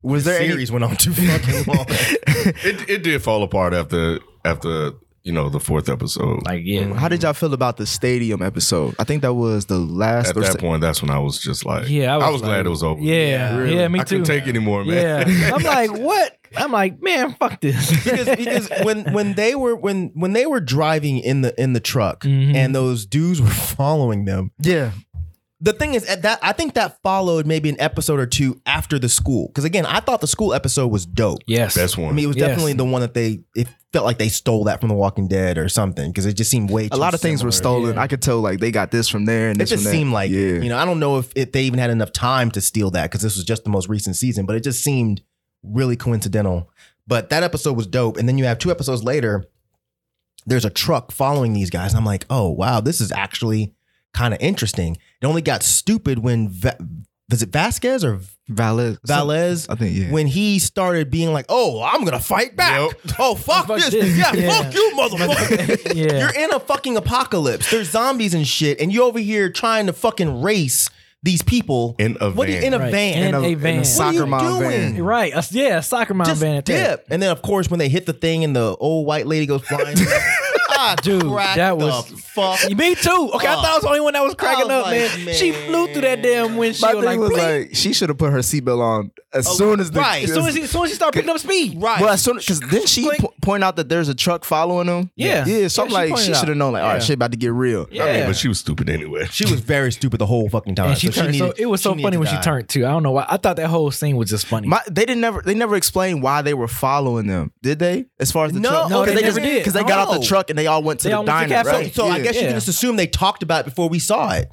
S4: was
S6: The
S4: there any
S6: series went on too fucking long.
S3: It it did fall apart after after you know the fourth episode.
S5: Like, yeah.
S4: how did y'all feel about the stadium episode i think that was the last
S3: At
S4: or
S3: that
S4: se-
S3: point, that's when I was just like,
S5: Yeah,
S3: I
S5: I
S3: was,
S5: was like-
S3: glad it was over.
S5: Yeah,
S6: really.
S5: yeah, me
S3: I
S5: too.
S3: couldn't take anymore, man.
S5: Yeah. I'm like, what? I'm like, man, fuck this.
S6: because because when when they were when when they were driving in the in the truck
S5: Mhm.
S6: and those dudes were following them,
S4: Mm-hmm. yeah
S6: the thing is at that I think that followed maybe an episode or two after the school because again I thought the school episode was dope.
S5: yes.
S3: Best
S6: I
S3: one.
S6: mean it was
S5: Yes.
S6: definitely the one that they it felt like they stole that from The Walking Dead or something because it just seemed way
S4: a
S6: too
S4: lot of things were
S6: similar.
S4: stolen.
S5: yeah.
S4: I could tell like they got this from there and
S6: It
S4: this
S6: just
S4: from
S6: seemed like
S4: yeah.
S6: it. you know I don't know if it, they even had enough time to steal that because this was just the most recent season, but it just seemed really coincidental. But that episode was dope, and then you have two episodes later. There's a truck following these guys, and I'm like, oh wow, this is actually kind of interesting. It only got stupid when Va- was it Vasquez or
S4: Valid,
S6: Valez
S4: I think yeah.
S6: when he started being like, "Oh, I'm gonna fight back. Oh, fuck,
S5: Fuck
S6: this.
S5: this.
S6: Yeah,
S5: Yeah.
S6: fuck you, motherfucker.
S5: Yeah.
S6: You're in a fucking apocalypse. There's zombies and shit, and you over here trying to fucking race these people
S3: In a
S6: What do you-
S3: van.
S6: in a
S5: Right.
S6: van.
S5: In a van.
S6: what are
S4: soccer
S6: you
S4: mom
S6: doing?
S4: van.
S5: Right. Uh, yeah, soccer mom
S6: Just
S5: van at that.
S6: dip. And then, of course, when they hit the thing and the old white lady goes flying, ah,
S5: Dude,
S6: crack
S5: that
S6: the
S5: was-
S6: fuck.
S5: Me too. Okay, I
S6: Oh.
S5: thought I was the only one that was cracking
S6: I was
S5: up, man.
S6: like,
S5: She flew through that damn
S4: My
S5: windshield.
S4: thing
S5: Like,
S4: was
S5: bleep.
S4: like she should have put her seatbelt on as soon as the
S6: Oh, right.
S5: as soon as, he, as soon as she started picking up speed,
S6: Right.
S4: well, as soon because then she
S5: Click.
S4: po- point out that there's a truck following them.
S5: Yeah.
S4: yeah. So I'm
S5: Yeah, she
S4: like,
S5: pointed
S4: she
S5: out.
S4: should have known like, all right,
S5: Yeah.
S4: shit about to get real.
S5: Yeah.
S3: I mean, but she was stupid anyway.
S6: she was very stupid the whole fucking time.
S5: And she turned.
S6: needed-
S5: so it was so
S6: needed
S5: funny
S6: to
S5: when
S6: die.
S5: she turned too. I don't know why. I thought that whole scene was just funny.
S4: My, they didn't never they never explained why they were following them, did they? As far as the
S6: No,
S4: truck,
S6: no,
S4: because
S5: they
S4: just
S5: never did.
S4: because they got out
S6: No.
S4: the truck and they all went to
S5: They
S4: the
S5: all went to
S4: diner,
S5: Cafe.
S4: right?
S6: So I
S4: Yeah.
S6: guess you
S5: Yeah.
S6: can just assume they talked about it before we saw it.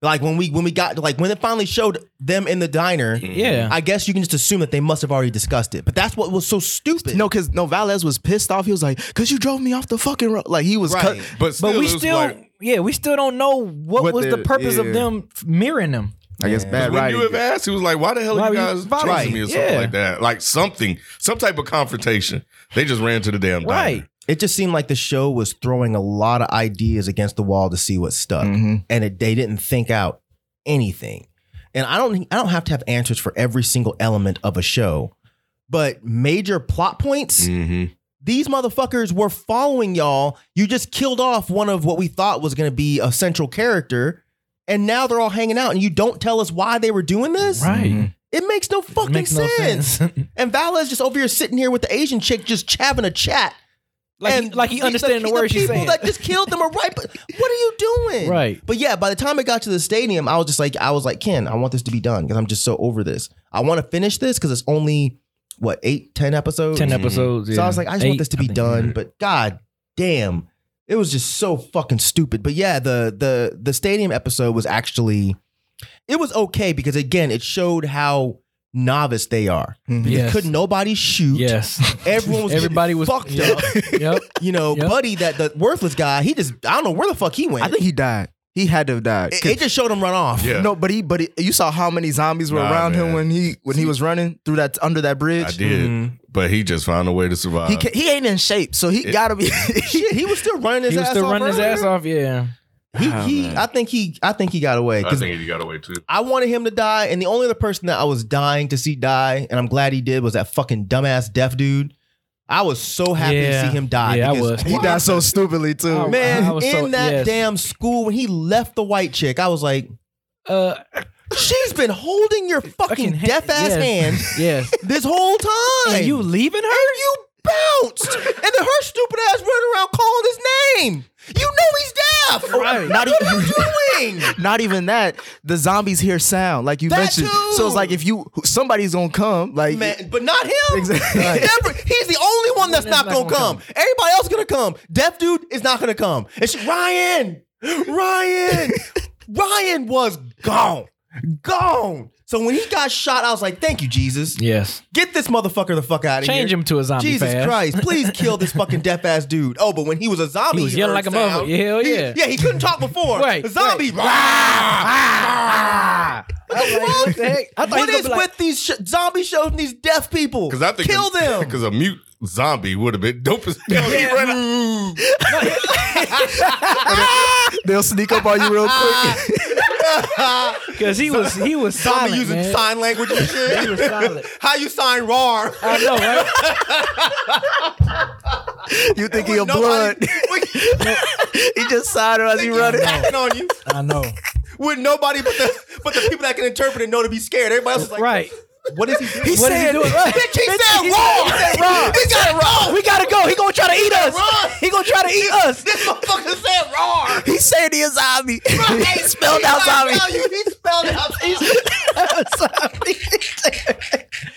S6: Like when we when we got like when it finally showed them in the diner.
S5: yeah.
S6: Mm. I guess you can just assume that they must have already discussed it. But that's what was so stupid.
S4: no, because no, Valez was pissed off. He was like, "Cause you drove me off the fucking road." Like he was
S6: Right.
S4: cut.
S3: But still,
S5: but we
S3: it was
S5: still,
S3: like,
S5: yeah, we still don't know what,
S4: What
S5: was the
S4: the-
S5: purpose
S4: yeah.
S5: of them mirroring them.
S4: I guess bad
S3: when you
S4: riding.
S3: have asked, he was like, "Why the hell
S5: Why
S3: are you
S5: were you
S3: guys
S5: following
S3: chasing
S5: me?
S3: me or something
S5: Yeah.
S3: like that? Like something, some type of confrontation." They just ran to the damn diner.
S5: Right.
S6: It just seemed like the show was throwing a lot of ideas against the wall to see what stuck.
S5: Mm-hmm.
S4: Mhm.
S6: And it, they didn't think out anything. And I don't I don't have to have answers for every single element of a show. But major plot points,
S3: Mm-hmm.
S6: these motherfuckers were following y'all. You just killed off one of what we thought was going to be a central character, and now they're all hanging out, and you don't tell us why they were doing this.
S5: Right.
S6: It Mm-hmm. makes no fucking
S5: Makes no
S6: sense.
S5: sense.
S6: And Vala's just over here sitting here with the Asian chick, just having a chat,
S8: Like, he, like he understanding the, words she's
S6: people
S8: saying.
S6: that just killed them are right. But what are you doing?
S5: Right.
S6: But yeah, by the time it got to the stadium, I was just like, I was like, Ken, I want this to be done because I'm just so over this. I want to finish this because it's only what eight, ten episodes.
S8: Ten episodes.
S6: So I was like, I just want this to be done. But god damn, it was just so fucking stupid. But yeah, the the the stadium episode was actually it was okay because again, it showed how novice they are.
S5: Mm-hmm. Yes.
S6: Could nobody shoot?
S5: Yes.
S6: Everyone was
S5: Everybody
S6: getting
S5: was
S6: fucked
S5: yep.
S6: up.
S5: Yep.
S6: You know,
S5: Yep.
S6: Buddy, that the worthless guy, he just I don't know where the fuck he went.
S4: I think he died. He had to have died.
S6: it, it just showed him run off.
S3: Yeah.
S4: No, but he, but he, you saw how many zombies were
S3: Nah,
S4: around him
S3: man.
S4: when he when he was running through that under that bridge.
S3: I did,
S5: Mm-hmm.
S3: but he just found a way to survive.
S4: He ca he ain't in shape, so he
S3: It-
S4: gotta be.
S6: Shit, he was still running his
S5: He was
S6: ass
S5: still
S6: off.
S5: running his
S6: earlier.
S5: ass off. Oh, Yeah.
S6: He, he I think he I think he got away
S3: I
S6: because
S3: think he got away too.
S6: I wanted him to die, and the only other person that I was dying to see die, and I'm glad he did, was that fucking dumbass deaf dude. I was so happy to
S5: Yeah.
S6: see him die.
S5: Yeah, I
S6: because-
S5: was.
S4: he died so stupidly too.
S5: Oh,
S6: Man,
S5: I was
S6: in
S5: so-
S6: that
S5: yes.
S6: damn school, when he left the white chick, I was like,
S5: Uh,
S6: she's been holding your fucking
S5: hand-
S6: deaf ass
S5: yes.
S6: hand
S5: yes.
S6: this whole time.
S5: And you leaving her?
S6: And you bounced. and then her stupid ass running around calling his name. You know he's deaf.
S4: Right. Oh, Not
S6: what
S4: even-
S6: are you doing?
S4: Not even that. The zombies hear sound like you
S6: That
S4: mentioned.
S6: too.
S4: So it's like if you somebody's gonna come, like
S6: Man, but not him.
S4: Exactly.
S6: He's never- he's the only one that's not gonna, come. Everybody else gonna come. Deaf dude is not gonna come. It's Ryan. Ryan. Ryan was gone. Gone. So when he got shot, I was like, "Thank you, Jesus.
S5: Yes.
S6: Get this motherfucker the fuck out of here.
S5: Change him to a zombie
S6: Jesus
S5: fast.
S6: Christ! Please kill this fucking deaf ass dude. Oh, but when he was a zombie,
S5: He was yelling
S6: heard
S5: like a
S6: sound.
S5: mother. Hell
S6: He-
S5: yeah.
S6: yeah, he couldn't talk before.
S5: Right,
S6: A zombie. Rah! What the fuck?
S8: what the heck? I thought he was
S6: What
S8: gonna
S6: is
S8: be like-
S6: with these sh- zombie shows and these deaf people?
S3: Because I think
S6: kill them.
S3: Because a mute zombie would have been dope as hell. He ran out.
S4: they'll sneak up on you real quick.
S5: Because he was he was
S6: Zombie
S5: silent,
S6: using
S5: man.
S6: sign language and
S5: He was
S6: shit.
S5: silent.
S6: How you sign RAR?
S5: I know, right?
S4: you thinking of blood?
S6: Nobody- with-
S4: he just sawed her as he running.
S6: knocking on you.
S5: I know.
S6: With nobody but the but the people that can interpret it know to be scared. Everybody else is like,
S5: right.
S6: What is he doing?
S5: What is he doing? Right.
S6: Bitch, he said RAR. He said RAR. He said RAR.
S4: We gotta go. He gonna try to eat us.
S6: RAR.
S4: He gonna try to eat us.
S6: This motherfucker said RAR.
S4: He said he a zombie. he spelled out
S6: I
S4: zombie.
S6: tell you, He spelled out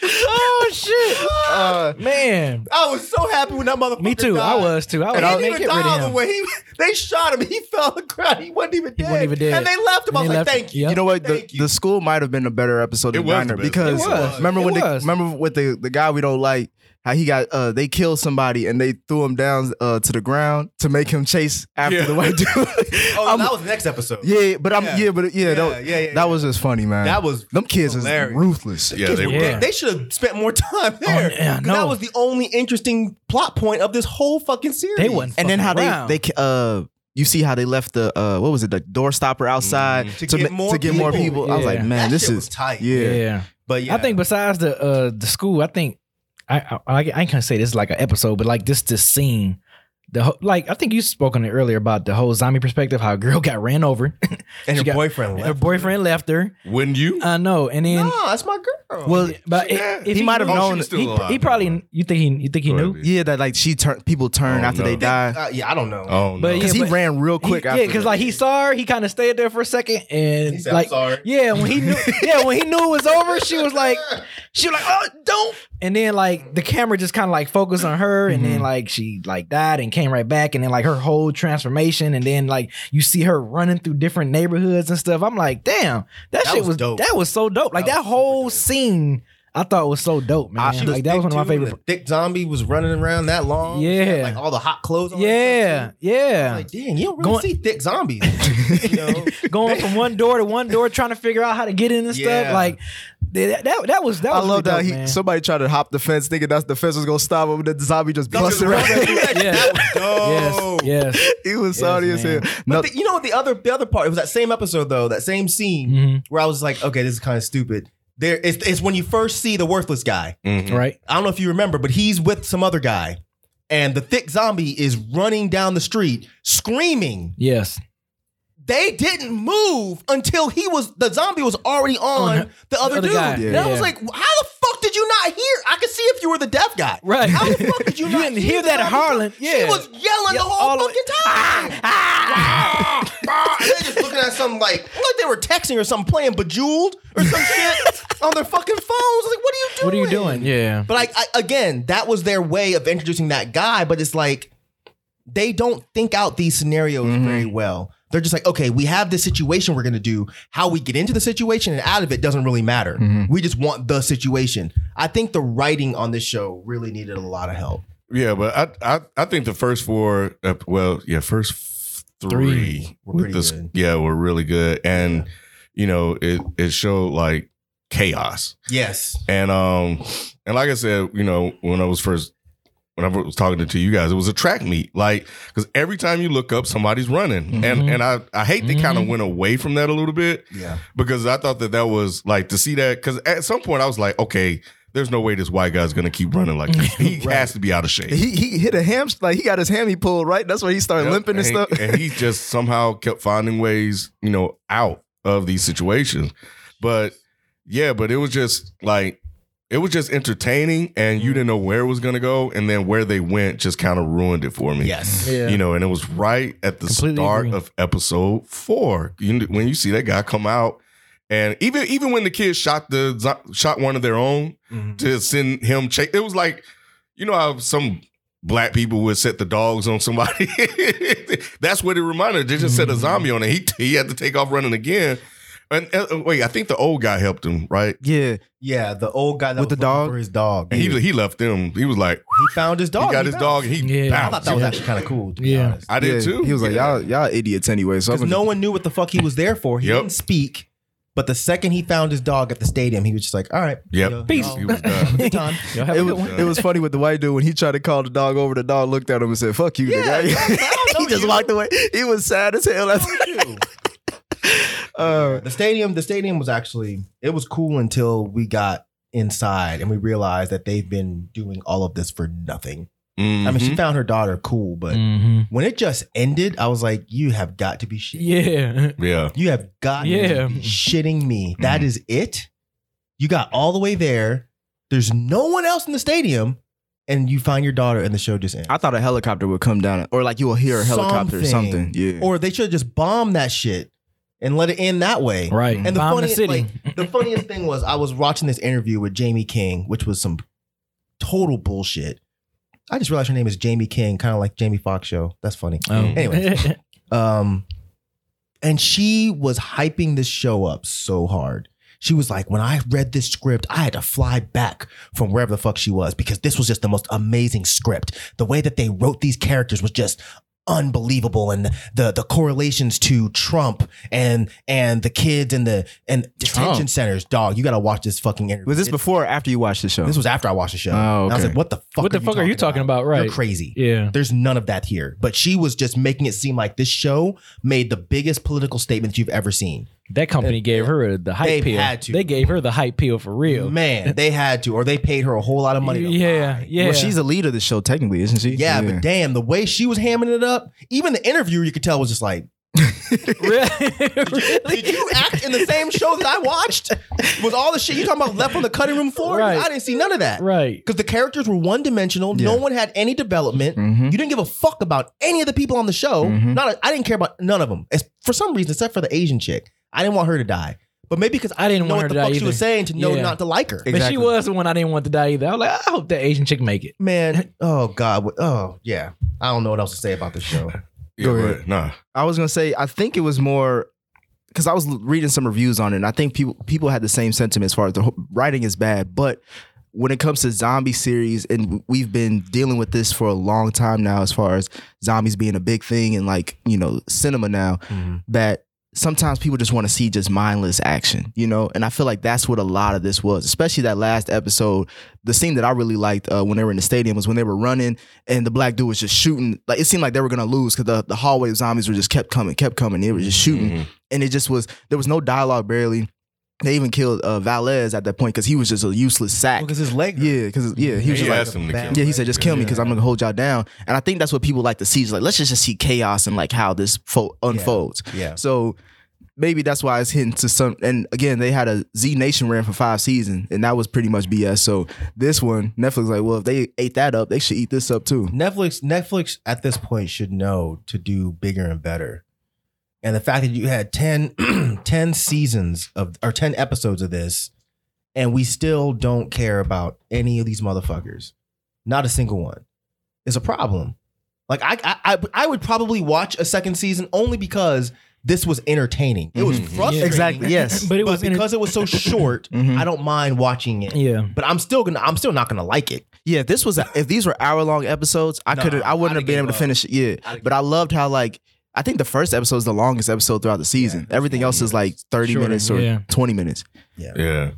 S5: Oh shit,
S4: Uh,
S5: man.
S6: I was so happy when that motherfucker
S5: Me too.
S6: Died.
S5: I was too. I was.
S6: And
S5: like,
S6: he
S5: man,
S6: didn't
S5: get
S6: even
S5: rid
S6: die
S5: of
S6: all the
S5: him.
S6: way. He, they shot him. He fell on the ground. He wasn't even dead.
S5: wasn't even dead.
S6: And they left him. I was
S5: And they
S6: like,
S5: left
S6: thank
S5: him.
S6: you.
S4: You know what? The,
S6: Thank you.
S4: the school might have been a better episode
S3: It
S4: than
S3: was the
S4: Diner
S3: best.
S4: because
S5: It was.
S4: remember
S5: It
S4: when
S5: was.
S4: the remember with the, the guy we don't like how he got uh they killed somebody and they threw him down uh to the ground to make him chase after
S3: Yeah.
S4: the white dude.
S6: Oh,
S4: I'm-
S6: that was the next episode.
S4: um, yeah, but I'm
S6: Yeah.
S4: yeah, but yeah, that,
S6: yeah, yeah, yeah.
S4: that was just funny, man.
S6: That was
S4: them kids is
S6: hilarious.
S4: ruthless.
S3: Yeah, they
S5: Yeah.
S3: were.
S6: They should have spent more time there.
S5: Oh, yeah,
S6: 'Cause
S5: no.
S6: That was the only interesting plot point of this whole fucking series.
S5: They wasn't.
S4: And then how
S5: fucking
S4: they
S5: around.
S4: they ca- uh you see how they left the uh what was it the door stopper outside
S6: Mm-hmm. To get
S4: ma-
S6: more
S4: to get more
S6: people.
S4: people. I was like,
S5: Yeah.
S4: man,
S6: That
S4: this
S6: shit
S4: is
S6: was tight.
S4: yeah.
S5: yeah.
S6: But yeah,
S5: I think besides the uh the school, I think I I, I ain't gonna say this is like an episode, but like this this scene, the ho- like I think you spoke on it earlier about the whole zombie perspective, how a girl got ran over,
S6: and her
S5: she got-
S6: boyfriend
S5: her
S6: left.
S5: boyfriend left her.
S3: When you?
S6: Uh,
S5: I know, and then
S6: No, that's my girl.
S5: well, but i- if
S4: He might have
S5: knew-
S4: known-
S3: she's still
S5: He,
S3: alive.
S5: he probably you think he you think he
S3: Go
S5: knew.
S3: ahead, B.
S4: Yeah, that like she turned people turn
S3: Oh,
S4: after they
S3: no.
S4: die.
S6: Uh, yeah, I don't know.
S3: Oh, no.
S5: But yeah,
S4: Because he ran real quick
S5: He-
S4: after
S5: yeah, because
S4: that.
S5: like he saw her, he kind of stayed there for a second, and
S6: He said,
S5: like
S6: I'm sorry.
S5: yeah, when he knew yeah when he knew it was over, she was like she was like oh don't, and then like the camera just kind of like focused on her, and then like she like died and came right back, and then like her whole transformation, and then like you see her running through different neighborhoods and stuff. I'm like, damn, that, shit
S6: was
S5: was,
S6: dope.
S5: that was so dope. Like
S6: That
S5: that,
S6: was super
S5: whole
S6: dope.
S5: scene, I thought was so dope, man.
S6: She was
S5: like that was
S6: thick,
S5: one of my
S6: too.
S5: favorite.
S6: The thick zombie was running around that long. She had,
S5: Yeah.
S6: like all the hot clothes. on and stuff,
S5: Yeah,
S6: too.
S5: yeah.
S6: Like, dang, you don't really
S5: Going-
S6: see thick zombies. you know,
S5: going from one door to one door trying to figure out how to get in and
S6: Yeah.
S5: stuff. Like th- that, that, that was that
S4: I
S5: was
S4: love that
S5: really dope,
S4: he
S5: man.
S4: somebody tried to hop the fence thinking that's the fence was gonna stop him, but the zombie just busted
S6: That was-
S4: around.
S6: That was dope.
S5: Yes, yes.
S4: he was sorry as hell.
S5: man.
S4: No,
S6: But the- you know what? The other the other part it was that same episode though, that same scene
S5: Mhm.
S6: where I was like, okay, this is kind of stupid. There, it's, it's when you first see the worthless guy.
S3: Mhm.
S5: Right.
S6: I don't know if you remember, but he's with some other guy, and the thick zombie is running down the street screaming.
S5: Yes.
S6: They didn't move until he was the zombie was already on
S5: On
S6: the other,
S5: other
S6: dude.
S5: guy.
S6: and I was
S5: Yeah.
S6: like, how the fuck did could you not hear? I could see if you were the deaf guy.
S5: Right.
S6: How the fuck could you,
S5: You
S6: not
S5: didn't hear
S6: the
S5: that
S6: fucking-
S5: Harlan.
S6: She
S5: Yeah.
S6: was yelling the
S5: Yeah,
S6: whole
S5: all the way-
S6: fucking time. Ah, ah, and they just looking at something like like they were texting or something, playing Bejeweled or some shit on their fucking phones. I was like, what are you doing?
S5: What are you doing? Yeah.
S6: But like I, again, that was their way of introducing that guy. But it's like they don't think out these scenarios very well. They're just like, okay, we have this situation we're gonna do. How we get into the situation and out of it doesn't really matter. We just want the situation. I think the writing on this show really needed a lot of help.
S3: Yeah, but I I, I think the first four, uh, well, yeah, first f- three,
S6: were
S3: with
S6: pretty good.
S3: yeah, were really good, and you know, it it showed like chaos,
S6: Yes.
S3: and um, and like I said, you know, when I was first. When I was talking to you guys, it was a track meet. Like, because every time you look up, somebody's running, and and I I hate they kind of went away from that a little bit.
S6: Yeah.
S3: because I thought that that was like to see that because at some point I was like, okay, there's no way this white guy's gonna keep running like this. He has to be out of shape.
S4: He he hit a ham like he got his hammy pulled right. That's why he started
S3: Yep.
S4: limping and stuff.
S3: he- and he just somehow kept finding ways, you know, out of these situations. But yeah, but it was just like it was just entertaining, and
S4: Mm.
S3: you didn't know where it was gonna go, and then where they went just kind of ruined it for me.
S6: Yes.
S3: You know, and it was right at the start of episode four. You, when you see that guy come out, and even even when the kid shot the zo- shot one of their own
S5: Mm-hmm.
S3: to send him chase, it was like, you know how some black people would set the dogs on somebody. That's what it reminded. They just set
S5: Mm-hmm.
S3: a zombie on it. He he had to take off running again. And uh, wait, I think the old guy helped him, right?
S4: Yeah,
S6: Yeah. The old guy that
S4: With
S6: was
S4: the
S6: looking
S4: dog?
S6: for his dog.
S3: And
S6: He,
S3: he he left them. He was like,
S6: found his dog.
S3: he got his
S6: bounced.
S3: dog. And he
S5: Yeah.
S6: I thought
S3: bounced.
S6: that was actually kind of cool. To be
S5: Yeah.
S6: honest.
S3: I did
S4: yeah.
S3: too.
S4: He was like,
S3: Yeah.
S4: y'all y'all idiots anyway. So I'm
S6: because
S4: gonna-
S6: no one knew what the fuck he was there for. He
S3: Yep.
S6: didn't speak. But the second he found his dog at the stadium, he was just like, "All right,
S3: Yep.
S6: yo,
S3: Peace.
S6: y'all-
S3: He was done.
S6: good time."
S4: It was, it was funny with the white dude when he tried to call the dog over. The dog looked at him and said, "Fuck you, nigga." he just walked away. He was sad as hell. uh,
S6: the stadium, the stadium was actually it was cool until we got inside and we realized that they've been doing all of this for nothing.
S3: Mm-hmm.
S6: I mean,
S4: Mm-hmm.
S6: she found her daughter cool, but
S5: Mm-hmm.
S6: when it just ended, I was like, "You have got to be shitting.
S5: Yeah.
S3: yeah.
S6: You have got
S5: Yeah.
S6: to be shitting me. That is it. You got all the way there. There's no one else in the stadium, and you find your daughter, and the show just ends."
S4: I thought a helicopter would come down, or like you will hear a helicopter or something. Yeah.
S6: Or they should have just bombed that shit and let it end that way.
S5: Right.
S6: And the
S5: Bomb the
S6: funniest,
S5: city.
S6: like, the funniest thing was I was watching this interview with Jamie King, which was some total bullshit. I just realized her name is Jamie King, kind of like Jamie Foxx show. That's funny.
S5: Oh. Mm-hmm.
S6: Anyway, um, and she was hyping this show up so hard. She was like, when I read this script, I had to fly back from wherever the fuck she was because this was just the most amazing script. The way that they wrote these characters was just unbelievable and the the correlations to Trump and and the kids and the and detention centers. Dog, you gotta watch this fucking interview.
S4: was this
S6: It-
S4: before or after you watched the show?
S6: This was after I watched the show.
S4: Oh,
S6: And I was
S4: okay.
S6: like, what the fuck?
S5: What the fuck are you talking about? Right.
S6: You're crazy.
S5: yeah.
S6: There's none of that here. But she was just making it seem like this show made the biggest political statements you've ever seen.
S5: That company gave her the hype
S6: They've
S5: pill.
S6: had to.
S5: They gave her the hype pill for real.
S6: Man, they had to, or they paid her a whole lot of money. To
S5: yeah.
S6: lie.
S5: Yeah.
S4: Well, she's the lead of the show technically, isn't she?
S6: yeah, But damn, the way she was hamming it up, even the interview, you could tell was just like,
S5: really?
S6: did you act in the same show that I watched? Was all the shit you talking about left on the cutting room floor? 'Cause
S5: Right.
S6: I didn't see none of that.
S5: Right.
S6: Because the characters were one dimensional. No one had any development.
S4: Mm-hmm.
S3: Mm-hmm.
S6: You didn't give a fuck about any of the people on the show. Not a, I didn't care about none of them. It's, for some reason, except for the Asian chick, I didn't want her to die. But maybe because I
S5: didn't
S6: didn't know
S5: want
S6: what
S5: her
S6: the
S5: to
S6: fuck
S5: die
S6: she was
S5: either.
S6: saying to know
S5: Yeah.
S6: not to like her.
S5: But she was the one I didn't want to die either. I was like, I hope that Asian chick make it.
S6: Man, oh God, what- oh yeah. I don't know what else to say about this show.
S3: Yeah,
S4: Go
S3: but
S4: ahead.
S3: Nah.
S4: I was gonna say I think it was more because I was l- reading some reviews on it, and I think people people had the same sentiment as far as the whole- writing is bad, but when it comes to zombie series, and we've been dealing with this for a long time now, as far as zombies being a big thing and like you know cinema now, that sometimes people just want to see just mindless action, you know. And I feel like that's what a lot of this was, especially that last episode. The scene that I really liked uh, when they were in the stadium was when they were running and the black dude was just shooting. Like it seemed like they were gonna lose because the the hallway of zombies were just kept coming, kept coming. They were just shooting,
S3: Mm-hmm.
S4: and it just was there was no dialogue barely. They even killed uh, Valez at that point because he was just a useless sack.
S6: Because his leg
S4: Yeah, because yeah, he was
S3: He
S4: just like,
S3: asked him to kill him.
S4: yeah, he said, just kill me because I'm gonna hold y'all down. And I think that's what people like to see. Is like, let's just, just see chaos and like how this fo- unfolds.
S6: yeah.
S4: So maybe that's why it's hitting to some. And again, they had a Z Nation ran for five seasons, and that was pretty much BS. So this one, Netflix, like, well, if they ate that up, they should eat this up too.
S6: Netflix Netflix at this point should know to do bigger and better. And the fact that you had 10, 10 seasons of or 10 episodes of this and we still don't care about any of these motherfuckers. Not a single one. It's a problem. Like I I I, I would probably watch a second season only because this was entertaining. It was frustrating.
S4: Mm-hmm. Exactly, yes.
S6: But,
S9: But it was enter-
S6: because it was so short,
S4: Mhm.
S6: I don't mind watching it.
S9: Yeah.
S6: But I'm still gonna I'm still not gonna like it.
S4: Yeah, if this was a, if these were hour long episodes, I
S6: Nah,
S4: could could I
S6: I'd
S4: wouldn't have been
S6: gave
S4: able to
S6: up.
S4: finish it. Yeah,
S6: I'd
S4: but I loved how like I think the first episode is the longest episode throughout the season. Everything else is like thirty
S9: Shorter,
S4: minutes or
S9: yeah.
S4: twenty minutes.
S3: Yeah.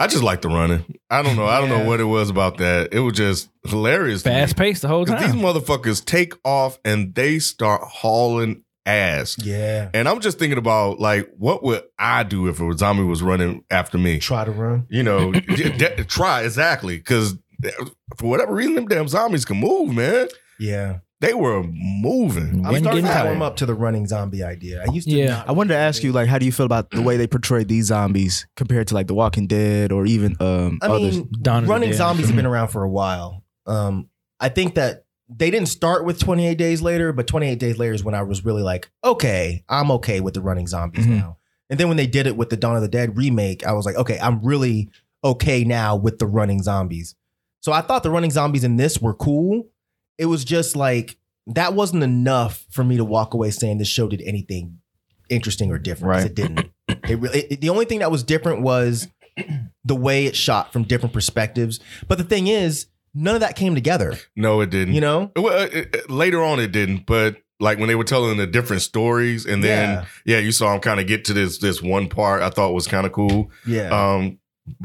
S3: I just like the running. I don't know. I don't know what it was about that. It was just hilarious. to me.
S9: Fast paced the whole
S3: 'Cause
S9: time.
S3: These motherfuckers take off and they start hauling ass.
S6: Yeah.
S3: And I'm just thinking about like, what would I do if a zombie was running after me?
S6: Try to run.
S3: You know, d- d- try exactly because for whatever reason, them damn zombies can move, man.
S6: Yeah.
S3: They were moving.
S6: I'm starting to
S9: getting
S6: warm
S9: tired.
S6: up to the running zombie idea. I used to.
S9: Yeah.
S6: not
S4: I wanted to
S6: really
S4: ask you like, how do you feel about the way they portrayed these zombies compared to like The Walking Dead or even um
S6: I
S4: others?
S6: mean,
S9: Dawn of the
S6: running
S9: Dead.
S6: zombies have been around for a while. Um, I think that they didn't start with 28 days later, but 28 days later is when I was really like, okay, I'm okay with the running zombies
S4: Mhm.
S6: now. And then when they did it with the Dawn of the Dead remake, I was like, okay, I'm really okay now with the running zombies. So I thought the running zombies in this were cool. It was just like that wasn't enough for me to walk away saying this show did anything interesting or different. 'cause
S4: Right.
S6: It didn't. It really. it- the only thing that was different was the way it shot from different perspectives. But the thing is, none of that came together.
S3: No, it didn't.
S6: You know.
S3: Well, it- it- later on, it didn't. But like when they were telling the different stories, and then yeah, you saw them kind of get to this this one part I thought was kind of cool.
S6: Yeah.
S3: Um,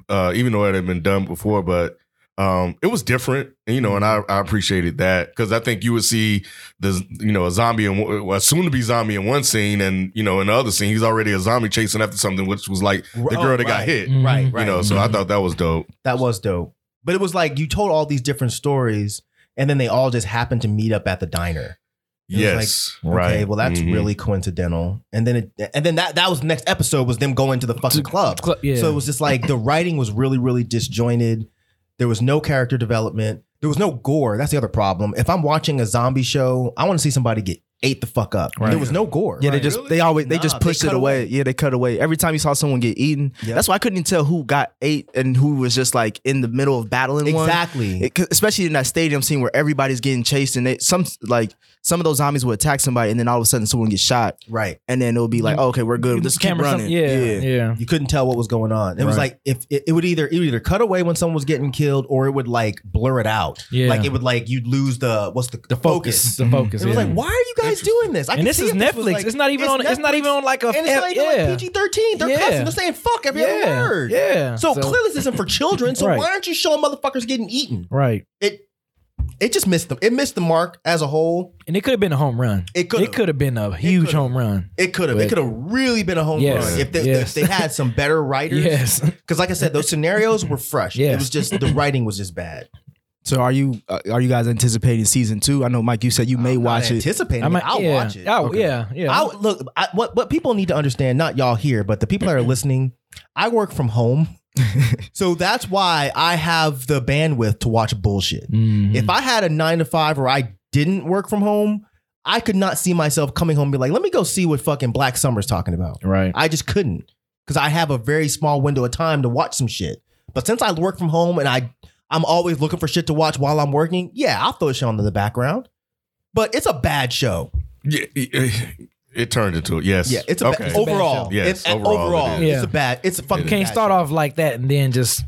S3: uh, even though it had been done before, but um, it was different, you know, and I, I appreciated that because I think you would see the you know a zombie and a soon to be zombie in one scene, and you know in the other scene he's already a zombie chasing after something, which was like the
S6: Oh,
S3: girl that got
S6: right.
S3: hit,
S6: Right. Right.
S3: you know. So I thought that was dope.
S6: That was dope. But it was like you told all these different stories, and then they all just happened to meet up at the diner. It was
S3: Yes,
S6: like,
S3: right.
S6: Okay, well, that's
S3: Mhm.
S6: really coincidental. And then it, and then that that was next episode was them going to the fucking club.
S9: Mm-hmm. Cl- yeah.
S6: So it was just like the writing was really, really disjointed. There was no character development. There was no gore. That's the other problem. If I'm watching a zombie show, I want to see somebody get ate the fuck up. There was no gore.
S4: Yeah, they just they always they
S6: Nah,
S4: just
S6: they
S4: pushed
S6: cut
S4: it away. Yeah, they cut away. Every time you saw someone get eaten,
S6: Yep.
S4: that's why I couldn't even tell who got ate and who was just like in the middle of battling one.
S6: exactly.
S4: It- 'cause especially in that stadium scene where everybody's getting chased and they some like some of those zombies will attack somebody and then all of a sudden someone gets shot
S6: right.
S4: and then it'll be like oh, okay we're good
S9: The
S4: let's keep
S9: camera,
S4: running
S9: something- Yeah, yeah.
S6: You couldn't tell what was going on. It was
S4: Right.
S6: like if it, it would either it would either cut away when someone was getting killed or it would like blur it out.
S9: Yeah.
S6: Like it would like you'd lose the what's the,
S9: The focus.
S4: Mm-hmm.
S9: The focus.
S6: It was
S9: yeah.
S6: like, why are you guys doing this? I can
S9: and this
S6: see
S9: is
S6: if this
S9: Netflix.
S6: was, like-
S9: it's not even on. It's not
S6: Netflix.
S9: even on like a.
S6: and it's
S9: F-
S6: not even
S9: yeah.
S6: like PG thirteen. They're
S9: Yeah.
S6: cussing. They're saying fuck every other
S9: Yeah.
S6: word.
S9: Yeah.
S6: So, clearly this isn't for children. So
S9: Right.
S6: why aren't you showing motherfuckers getting eaten?
S9: Right.
S6: It it just missed them. It missed the mark as a whole.
S9: And it could have been a home run.
S6: It could've.
S9: It could have been a huge
S6: could've.
S9: home run.
S6: It could have. It
S9: But-
S6: could have really been a home
S9: Yes.
S6: run if they,
S9: Yes.
S6: if they had some better writers.
S9: Yes.
S6: Because like I said, those scenarios were fresh. It
S9: Yes.
S6: was just the writing was just bad.
S4: so are you uh, are you guys anticipating season two I know Mike you said you may
S6: I'm not
S4: watch it
S6: Anticipating.
S9: I
S6: I
S9: might-
S6: will
S9: yeah.
S6: watch it.
S9: Oh, yeah. Yeah.
S6: I look. I, what what people need to understand, not y'all here, but the people that are listening. I work from home, so that's why I have the bandwidth to watch bullshit.
S9: Mhm.
S6: If I had a nine to five or I didn't work from home, I could not see myself coming home and be like, let me go see what fucking Black Summer's talking about.
S9: right.
S6: I just couldn't because I have a very small window of time to watch some shit. But since I work from home and I I'm always looking for shit to watch while I'm working, yeah, I'll throw a show into the background. But it's a bad show.
S3: Yeah, it, it turned into it. Yes,
S6: Yeah, it's a
S3: okay.
S6: bad, overall.
S9: show.
S3: Yes,
S6: it's,
S3: overall
S6: overall,
S3: it is.
S6: it's
S9: Yeah.
S6: a bad. It's a fucking.
S3: It
S9: Can't
S6: bad
S9: start
S6: show.
S9: off like that and then just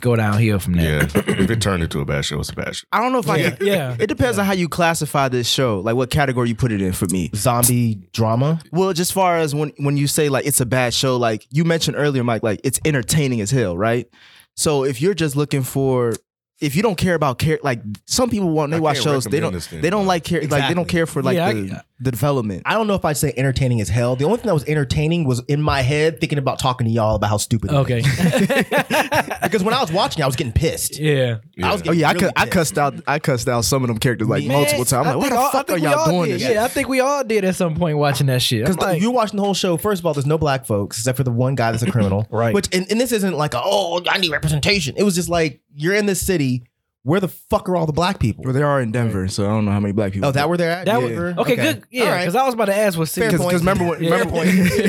S9: go downhill from there.
S3: yeah, if it turned into a bad show, it's a bad show.
S4: I don't know if I
S9: Yeah.
S4: could- it depends on how you classify this show like what category you put it in for me
S6: zombie drama.
S4: well just far as when when you say like it's a bad show like you mentioned earlier Mike like it's entertaining as hell right so if you're just looking for if you don't care about care like some people want
S3: I
S4: they watch
S3: can't
S4: shows they
S3: recommend
S4: don't
S3: this thing.
S4: they don't like care like they don't
S6: Exactly.
S4: care for like
S9: yeah,
S4: the
S9: I,
S4: the development.
S6: I don't know if I'd say entertaining as hell. The only thing that was entertaining was in my head thinking about talking to y'all about how stupid. it was.
S9: Okay.
S6: because when I was watching, I was getting pissed.
S9: yeah.
S6: I was
S4: Oh
S6: getting
S4: yeah,
S6: really
S4: I, cu- I
S6: pissed.
S4: cussed out. I cussed out some of them characters like
S9: Man,
S4: multiple times.
S9: I
S4: I'm like,
S9: think
S4: why the
S9: all- I
S4: fuck are
S9: think we
S4: y'all
S9: all
S4: doing
S9: did.
S4: this?
S9: Yeah, I think we all did at some point watching that shit. I'm
S6: Because
S9: like,
S6: you're watching the whole show. First of all, there's no black folks except for the one guy that's a criminal.
S5: Right.
S6: Which and, and this isn't like a, oh I need representation. It was just like you're in this city. Where the fuck are all the black people?
S4: Well, they are in Denver, so I don't know how many black people.
S6: Oh, that where they're at.
S9: that
S6: Yeah.
S9: was okay, Good.
S6: All
S9: Yeah.
S6: right.
S9: Because I was about to ask what city.
S6: Fair
S4: because
S6: point.
S4: remember when
S9: Yeah.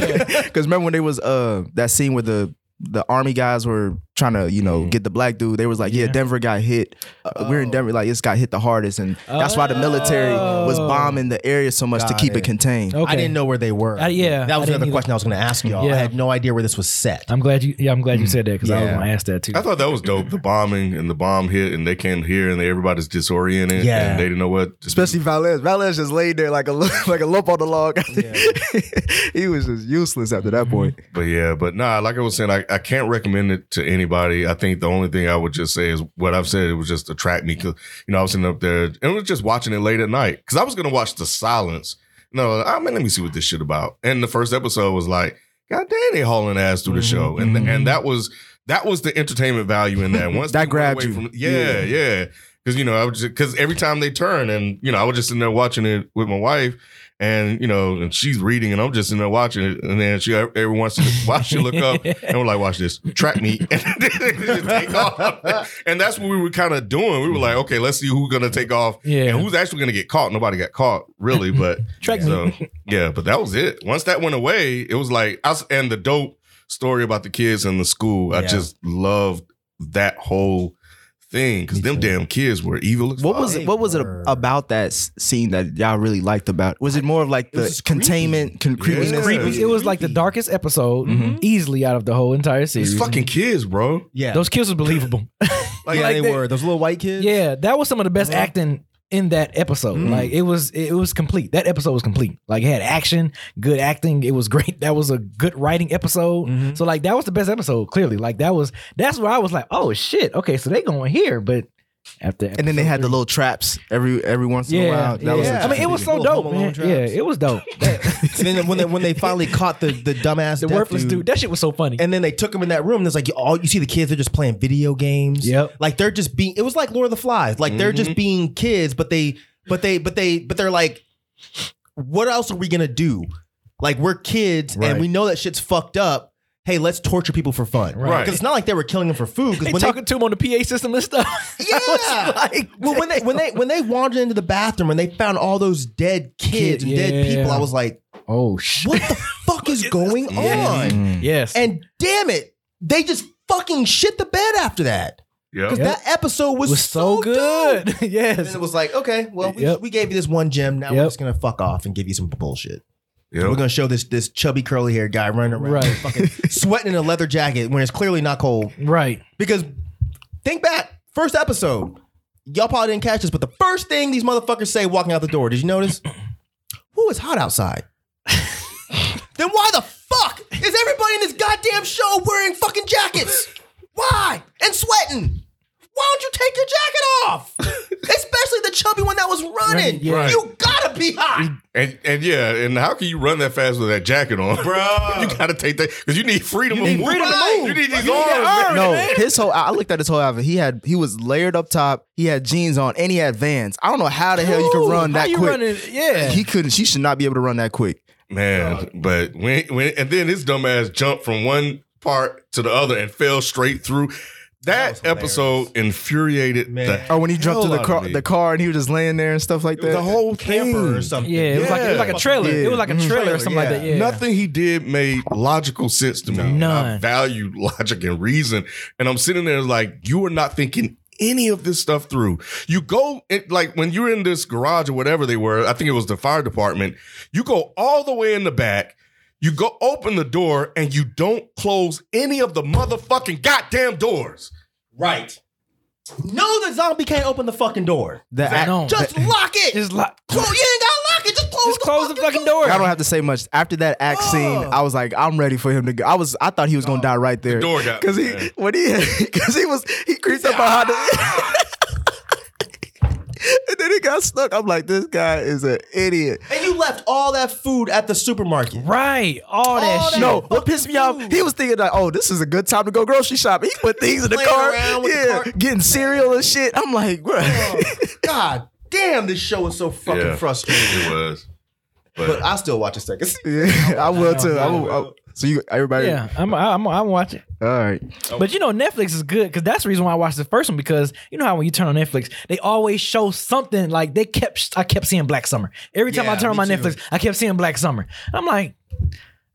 S4: remember because remember when they was uh that scene where the the army guys were trying to you know get the black dude. They was like, yeah, Denver got hit. Uh, we're in Denver, like this got hit the hardest, and that's why the military was
S9: Oh.
S4: bombing the area so much to
S6: Got
S4: keep it,
S6: it. Oh.
S4: contained.
S9: Okay.
S6: I didn't know where they were.
S9: I- yeah,
S6: That was
S9: I
S6: another
S9: didn't
S6: question I was going to ask y'all.
S9: Yeah. Uh,
S6: I had no idea where this was set.
S9: I'm glad you. Yeah, I'm glad you said that because I was
S6: Yeah.
S9: gonna ask that too.
S3: I thought that was dope. The bombing and the bomb hit, and they came here, and they, everybody's disoriented.
S6: Yeah.
S3: and they didn't know what. to do.
S4: Especially Valez. Valez just laid there like a lo- like a lump on the log. he was just useless after that point.
S3: But yeah, but nah, like I was saying, I, I can't recommend it to anybody. I think the only thing I would just say is what I've said. It was just attract me because you know I was sitting up there and I was just watching it late at night because I was gonna watch the silence. No, I mean, let me see what this shit about. And the first episode was like, God damn, they hauling ass through the show, and and that was that was the entertainment value in that. Once
S4: Mm-hmm. That
S3: they went
S4: grabbed
S3: away
S4: you.
S3: yeah, yeah. Because you know, I would just because every time they turn, and you know, I was just in there watching it with my wife, and you know, and she's reading, and I'm just in there watching it, and then she every once in a while she look up, and we're like, "Watch this, track me," and just take off. And that's what we were kind of doing. We were like, "Okay, let's see who's gonna take off,
S9: Yeah.
S3: and who's actually gonna get caught." Nobody got caught, really, but
S9: Track
S3: so, yeah, but that was it. Once that went away, it was like us and the dope story about the kids in the school. I
S6: Yeah.
S3: just loved that whole thing because them damn kids were evil. as
S4: What
S3: fuck.
S4: was
S6: They
S4: it? What was it
S6: were-
S4: about that s- scene that y'all really liked about? Was it more of like the
S6: was
S4: containment, con-
S3: Yeah.
S4: creepiness?
S3: Creepy.
S9: It was like the darkest episode easily out of the whole entire series.
S3: These fucking kids, bro.
S6: yeah.
S9: Those kills was believable.
S6: like,
S9: like
S6: yeah, they,
S9: they-
S6: were. Those little white kids.
S9: yeah, that was some of the best acting in that episode. Like it was, it was complete. That episode was complete. Like it had action, good acting. It was great. That was a good writing episode.
S6: Mm-hmm.
S5: Mm-hmm.
S9: So like that was the best episode. Clearly, like that was that's where I was like, oh shit, okay, so they going here, but after
S4: And then they had the little traps every every once in
S9: yeah,
S4: a while.
S9: yeah. I mean, it uh, was so
S6: Little Home
S9: dope.
S6: Alone
S9: Man.
S6: traps.
S9: Yeah, it was dope. That-
S6: and then when they when they finally caught the the dumbass
S9: the
S6: deaf
S9: worthless dude. That shit was so funny.
S6: And then they took him in that room. And it's like you- all you see the kids are just playing video games.
S9: Yep.
S6: Like they're just being. It was like Lord of the Flies. Like they're
S9: Mm-hmm.
S6: just being kids, but they, but they, but they, but they're like, what else are we gonna do? Like we're kids
S4: Right.
S6: and we know that shit's fucked up. Hey, let's torture people for fun.
S3: Right.
S6: Because it's not like they were killing them for food.
S9: they
S6: Because when they
S9: talking to him on the PA system and stuff.
S6: yeah. well, when they when they when they wandered into the bathroom and they found all those dead
S9: Kid,
S6: kids and dead people,
S9: yeah.
S6: I was like,
S9: oh mm. shit.
S6: what the fuck is going on?
S9: Yes.
S6: And damn it, they just fucking shit the bed after that.
S3: Yeah.
S6: Because that episode was,
S9: was so
S6: dope.
S9: good.
S6: And then
S9: yes.
S6: it was like, okay, well, we,
S9: Yep.
S6: we gave you this one gem. Now we're
S9: Yep.
S6: just gonna fuck off and give you some bullshit.
S3: Yep.
S6: We're gonna show this this chubby curly haired guy running around,
S9: Right.
S6: fucking sweating in a leather jacket when it's clearly not cold.
S9: Right.
S6: Because think back, first episode, y'all probably didn't catch this, but the first thing these motherfuckers say walking out the door, did you notice? Who is hot outside? then why the fuck is everybody in this goddamn show wearing fucking jackets? Why? And sweating? Why don't you take your jacket off? Especially the chubby one that was running.
S9: Right, yeah.
S6: You gotta be hot.
S3: And and yeah, and how can you run that fast with that jacket on, bro? you gotta take that because you need freedom of movement.
S6: freedom to move.
S3: You need these arms.
S4: No, his whole. I I looked at his whole outfit. He had he was layered up top. He had jeans on, and he had Vans. I don't know how the hell you can
S9: Ooh,
S4: run
S9: how
S4: that
S9: you
S4: quick.
S9: running? Yeah.
S4: He couldn't. She should not be able to run that quick.
S3: Man, but when when and then his dumbass jumped from one part to the other and fell straight through. That,
S6: That was
S3: episode infuriated
S6: Man.
S3: the
S4: Or Oh, when he jumped to
S3: hell
S4: the
S3: out
S4: car,
S3: of me.
S4: the car, and he was just laying there and stuff like that.
S3: the whole thing.
S6: Camper or something.
S9: yeah, it was like it was like a trailer. It was like a
S4: Mhm.
S9: trailer or something like that. Yeah.
S3: Nothing he did made logical sense to me. And I
S9: None.
S3: valued logic and reason. And I'm sitting there like, you are not thinking any of this stuff through. You go, it, like, when you're in this garage or whatever they were, I think it was the fire department, you go all the way in the back. You go open the door and you don't close any of the motherfucking goddamn doors.
S6: Right. No, the zombie can't open the fucking door.
S4: That-
S9: I don't.
S6: Just lock it.
S9: Just like
S6: Clo- you ain't gotta lock it. Just close,
S9: just close the fucking door.
S4: I don't have to say much. After that act scene, I was like, I'm ready for him to go. I was, I thought he was gonna die right there.
S3: door got-
S4: because he, when he, because he was, he creeped up behind the. and then it got stuck. I'm like, this guy is an idiot.
S6: And you left all that food at the supermarket.
S5: Right. All that
S6: All
S5: shit.
S6: that-
S4: No, what pissed me off,
S6: Fuck you.
S4: he was thinking like, oh, this is a good time to go grocery shopping. He put things in the
S6: Playing
S4: car.
S6: around with the
S4: Yeah,
S6: cart.
S4: getting cereal and shit. I'm like, bro.
S6: God damn, this show is so fucking
S3: Yeah.
S6: frustrating.
S3: It was.
S6: But I still watch a second season.
S4: yeah, I will too. I will, I will- so you everybody
S5: Yeah, I'm I'm I'm watching.
S4: all right.
S5: But you know Netflix is good cuz that's the reason why I watched the first one because you know how when you turn on Netflix, they always show something like they kept I kept seeing Black Summer. Every time I
S6: Yeah,
S5: turn on my
S6: me too.
S5: Netflix, I kept seeing Black Summer. I'm like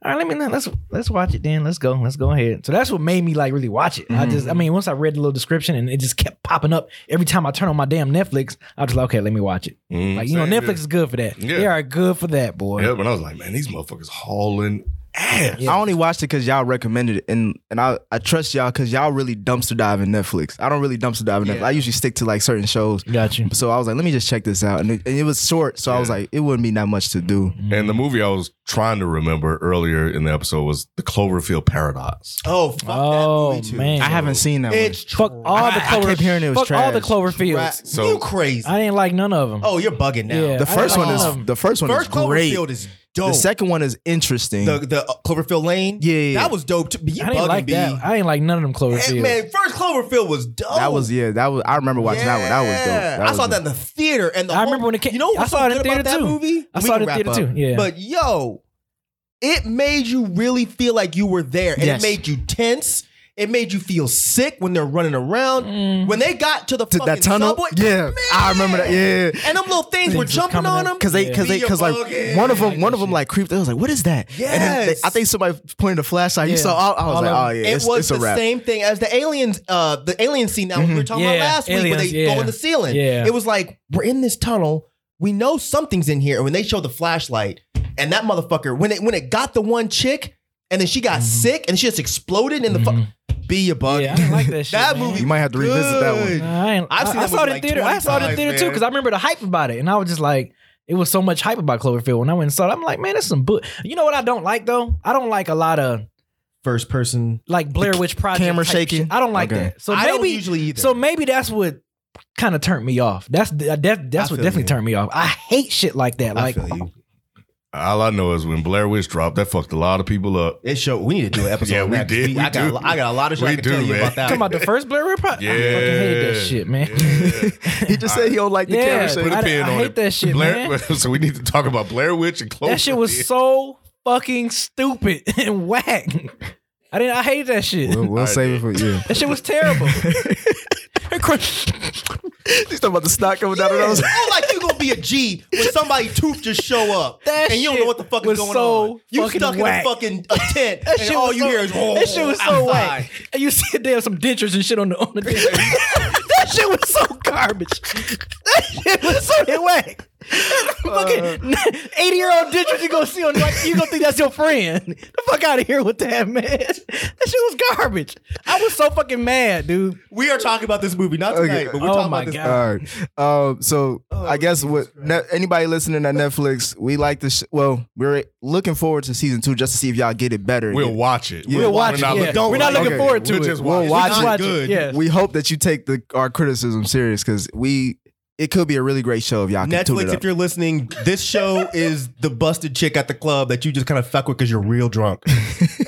S5: all right, let me let's let's watch it then. Let's go. Let's go ahead. So that's what made me like really watch it. I just I
S3: Mm-hmm.
S5: mean, once I read the little description and it just kept popping up every time I turn on my damn Netflix, I was like, okay, let me watch it.
S3: Mhm.
S5: Like you know,
S3: Same here.
S5: Netflix is good for that.
S3: Yeah.
S5: They are good for that, boy.
S3: Yep, and I was like, man, these motherfuckers hauling ass.
S4: I only watched it because y'all recommended it, and and I, I trust y'all because y'all really dumpster dive in Netflix. I don't really dumpster dive in Netflix. I usually stick to like certain shows.
S5: Got you.
S4: So I was like, let me just check this out, and it, and it was short, so I was like, it wouldn't be that much to do.
S3: And the
S5: Mm-hmm.
S3: movie I was trying to remember earlier in the episode was the Cloverfield Paradox.
S6: Oh, fuck
S5: Oh,
S6: that movie too.
S5: man.
S4: I haven't seen that.
S6: It's
S5: Fuck all the
S4: I kept
S5: Clover.
S4: hearing it was
S5: fuck all the
S4: trash.
S5: Cloverfields.
S6: Right.
S3: So-
S6: you crazy.
S5: I didn't like none of them.
S6: oh, you're bugging now.
S5: Yeah.
S4: one. The
S5: I
S4: first
S5: like
S4: one
S5: all of 'em.
S4: is the first one is
S6: First
S4: great.
S6: Cloverfield is dope.
S4: The second one is interesting.
S6: the, the, uh, Cloverfield Lane.
S4: Yeah, yeah, yeah.
S6: that was dope. Too. But you
S5: I didn't
S6: bugging
S5: like
S6: me.
S5: that. I didn't like none of them
S6: Hey,
S5: Cloverfields.
S6: man, first Cloverfield was dope.
S4: that was yeah. That was I remember watching that one. That was dope.
S6: Yeah. I
S4: was
S6: saw
S4: dope.
S6: that in the theater, and the
S5: I
S6: whole-
S5: remember when it came-
S6: You know, what
S5: I
S6: was
S5: saw it
S6: so
S5: in
S6: good about
S5: theater
S6: that
S5: too.
S6: Movie,
S5: I
S6: We
S5: saw it
S6: can
S5: in
S6: wrap
S5: theater
S6: up.
S5: too, yeah.
S6: but yo, it made you really feel like you were there, and
S4: Yes.
S6: it made you tense. It made you feel sick when they're running around.
S5: Mm.
S6: When they got to the
S4: To
S6: fucking
S4: that tunnel.
S6: subway,
S4: yeah, I remember that. Yeah.
S6: And them little things were
S5: was
S6: jumping
S5: coming
S6: on
S5: up.
S6: them
S4: Cause they, cause they, cause like one of them, one of them like creeped. I was like, "What is that?" And then they-
S6: Yes.
S4: I think somebody pointed a flashlight. You saw, all, I was
S5: All
S4: like,
S5: of
S4: "Oh yeah,
S6: it
S4: it's,
S6: was
S4: it's
S6: the
S4: a wrap." Mm-hmm.
S6: same thing as the aliens, uh, the alien scene that we were talking
S5: Yeah,
S6: about last week when
S5: aliens,
S6: they
S5: yeah.
S6: go in the ceiling.
S5: Yeah.
S6: It was like, we're in this tunnel. We know something's in here. And when they showed the flashlight and that motherfucker, when it when it got the one chick and then she got sick and she just exploded in the fu- be your
S5: Mm-hmm.
S6: bug.
S5: yeah, I didn't like that shit.
S6: that
S5: man.
S6: movie.
S4: You might have to revisit that one.
S6: good.
S5: I, ain't,
S6: I've
S5: I,
S6: seen
S5: I
S6: that
S5: saw it
S6: movie
S5: in
S6: like
S5: theater. I
S6: 20
S5: saw it in
S6: times,
S5: theater too
S6: man.
S5: because I remember the hype about it, and I was just like, it was so much hype about Cloverfield. When I went and saw it, I'm like, man, that's some book. You know what I don't like though? I don't like a lot of
S6: First person.
S5: like Blair Witch Project
S4: camera
S5: type
S4: shaking?
S5: shit. I don't like
S4: Okay.
S5: that. So
S6: I
S5: maybe
S6: don't usually either.
S5: So maybe that's what kind of turned me off. That's that, that's what
S6: feel
S5: definitely
S6: you.
S5: turned me off. I hate shit like that. Like
S6: I feel you.
S3: All I know is when Blair Witch dropped, that fucked a lot of people up.
S6: It showed we need to do an episode.
S3: Yeah,
S6: on
S3: we
S6: that, 'cause
S3: did. We
S6: I, got,
S3: do.
S6: I got a lot of shit
S3: We
S6: I can
S3: do,
S6: tell you
S3: man.
S6: about that.
S5: talking about the first Blair Witch Project.
S3: Yeah,
S5: I fucking hate that shit, man.
S4: He just said he don't like the camera
S5: Yeah.
S3: Put
S4: shake.
S3: a
S5: I-
S3: pin
S5: I
S3: on
S5: hate
S3: it.
S5: that shit,
S3: Blair,
S5: man. oh,
S3: So we need to talk about Blair Witch and Cloverfield.
S5: That shit was so fucking stupid and whack. I didn't. I hate that shit.
S4: We'll, we'll
S3: Alright,
S4: save it for you.
S5: That shit was terrible.
S4: He's talking about the stock coming down. Yeah.
S6: Oh, like you gonna be a G when somebody tooth just show up
S5: That
S6: and you don't know what the fuck
S5: shit was
S6: is going
S5: so
S6: on. You
S5: fucking
S6: stuck
S5: whack.
S6: in a fucking a tent
S5: That
S6: and
S5: shit
S6: all
S5: was
S6: you
S5: so,
S6: hear is "Oh,
S5: that shit was so
S6: outside.
S5: whack. And you see they have some dentures and shit on the on the desk. that shit was so garbage. That shit was so whack. Fucking
S6: Uh.
S5: eighty year old dentures you gonna see on like you gonna think that's your friend. The fuck out of here with that man. That shit was garbage. I was so fucking mad, dude.
S6: We are talking about this movie, not
S4: Okay.
S6: tonight, but we're
S5: Oh
S6: talking
S5: my
S6: about this.
S5: God.
S4: All right. Um, so I guess what ne- anybody listening at Netflix, we like this. Sh- well, we're looking forward to season two just to see if y'all get it better.
S3: We'll watch it.
S4: We'll watch
S3: we're
S4: it,
S3: not
S5: yeah.
S3: looking-
S5: Don't We're not
S4: looking forward
S5: to
S3: we'll
S5: it.
S3: Just watch
S4: We'll
S3: it.
S4: watch
S5: Just
S4: it.
S5: watch it.
S6: good.
S5: Yeah.
S4: we hope that you take the our criticism serious because we it could be a really great show if y'all can tune it
S6: Netflix,
S4: up.
S6: if you're listening, this show is the busted chick at the club that you just kind of fuck with because you're real drunk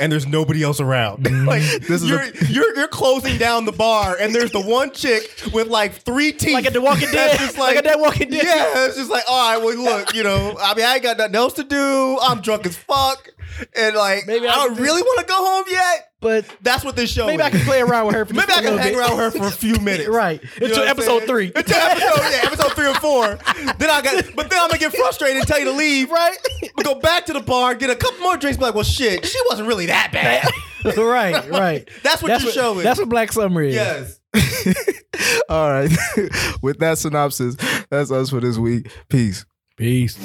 S6: and there's nobody else around.
S5: Mm-hmm.
S6: like
S4: This is a-
S6: you're, you're you're closing down the bar and there's the one chick with like three teeth,
S5: Like at The Walking
S6: that's
S5: Dead.
S6: just
S5: Like at that Walking Dead.
S6: Yeah, it's just like, all right, well, look, you know, I mean, I ain't got nothing else to do. I'm drunk as fuck, and like,
S5: Maybe I
S6: I don't
S5: can do-
S6: really want to go home yet.
S5: But
S6: That's what this show.
S5: maybe
S6: is.
S5: I can play around with her for
S6: Maybe
S5: just
S6: I
S5: a
S6: can
S5: little
S6: hang
S5: bit.
S6: around her for a few minutes.
S5: Right.
S6: You know
S5: Until
S6: what I'm
S5: episode
S6: saying?
S5: three.
S6: Until episode, yeah, episode three or four. Then I got, but then I'm gonna get frustrated and tell you to leave.
S5: Right.
S6: But go back to the bar, get a couple more drinks. Be like, well, shit, she wasn't really that bad.
S5: right, right.
S6: That's what
S5: that's
S6: your show is.
S5: That's what Black Summer is.
S6: yes.
S4: All right. With that synopsis, that's us for this week. Peace.
S5: Peace.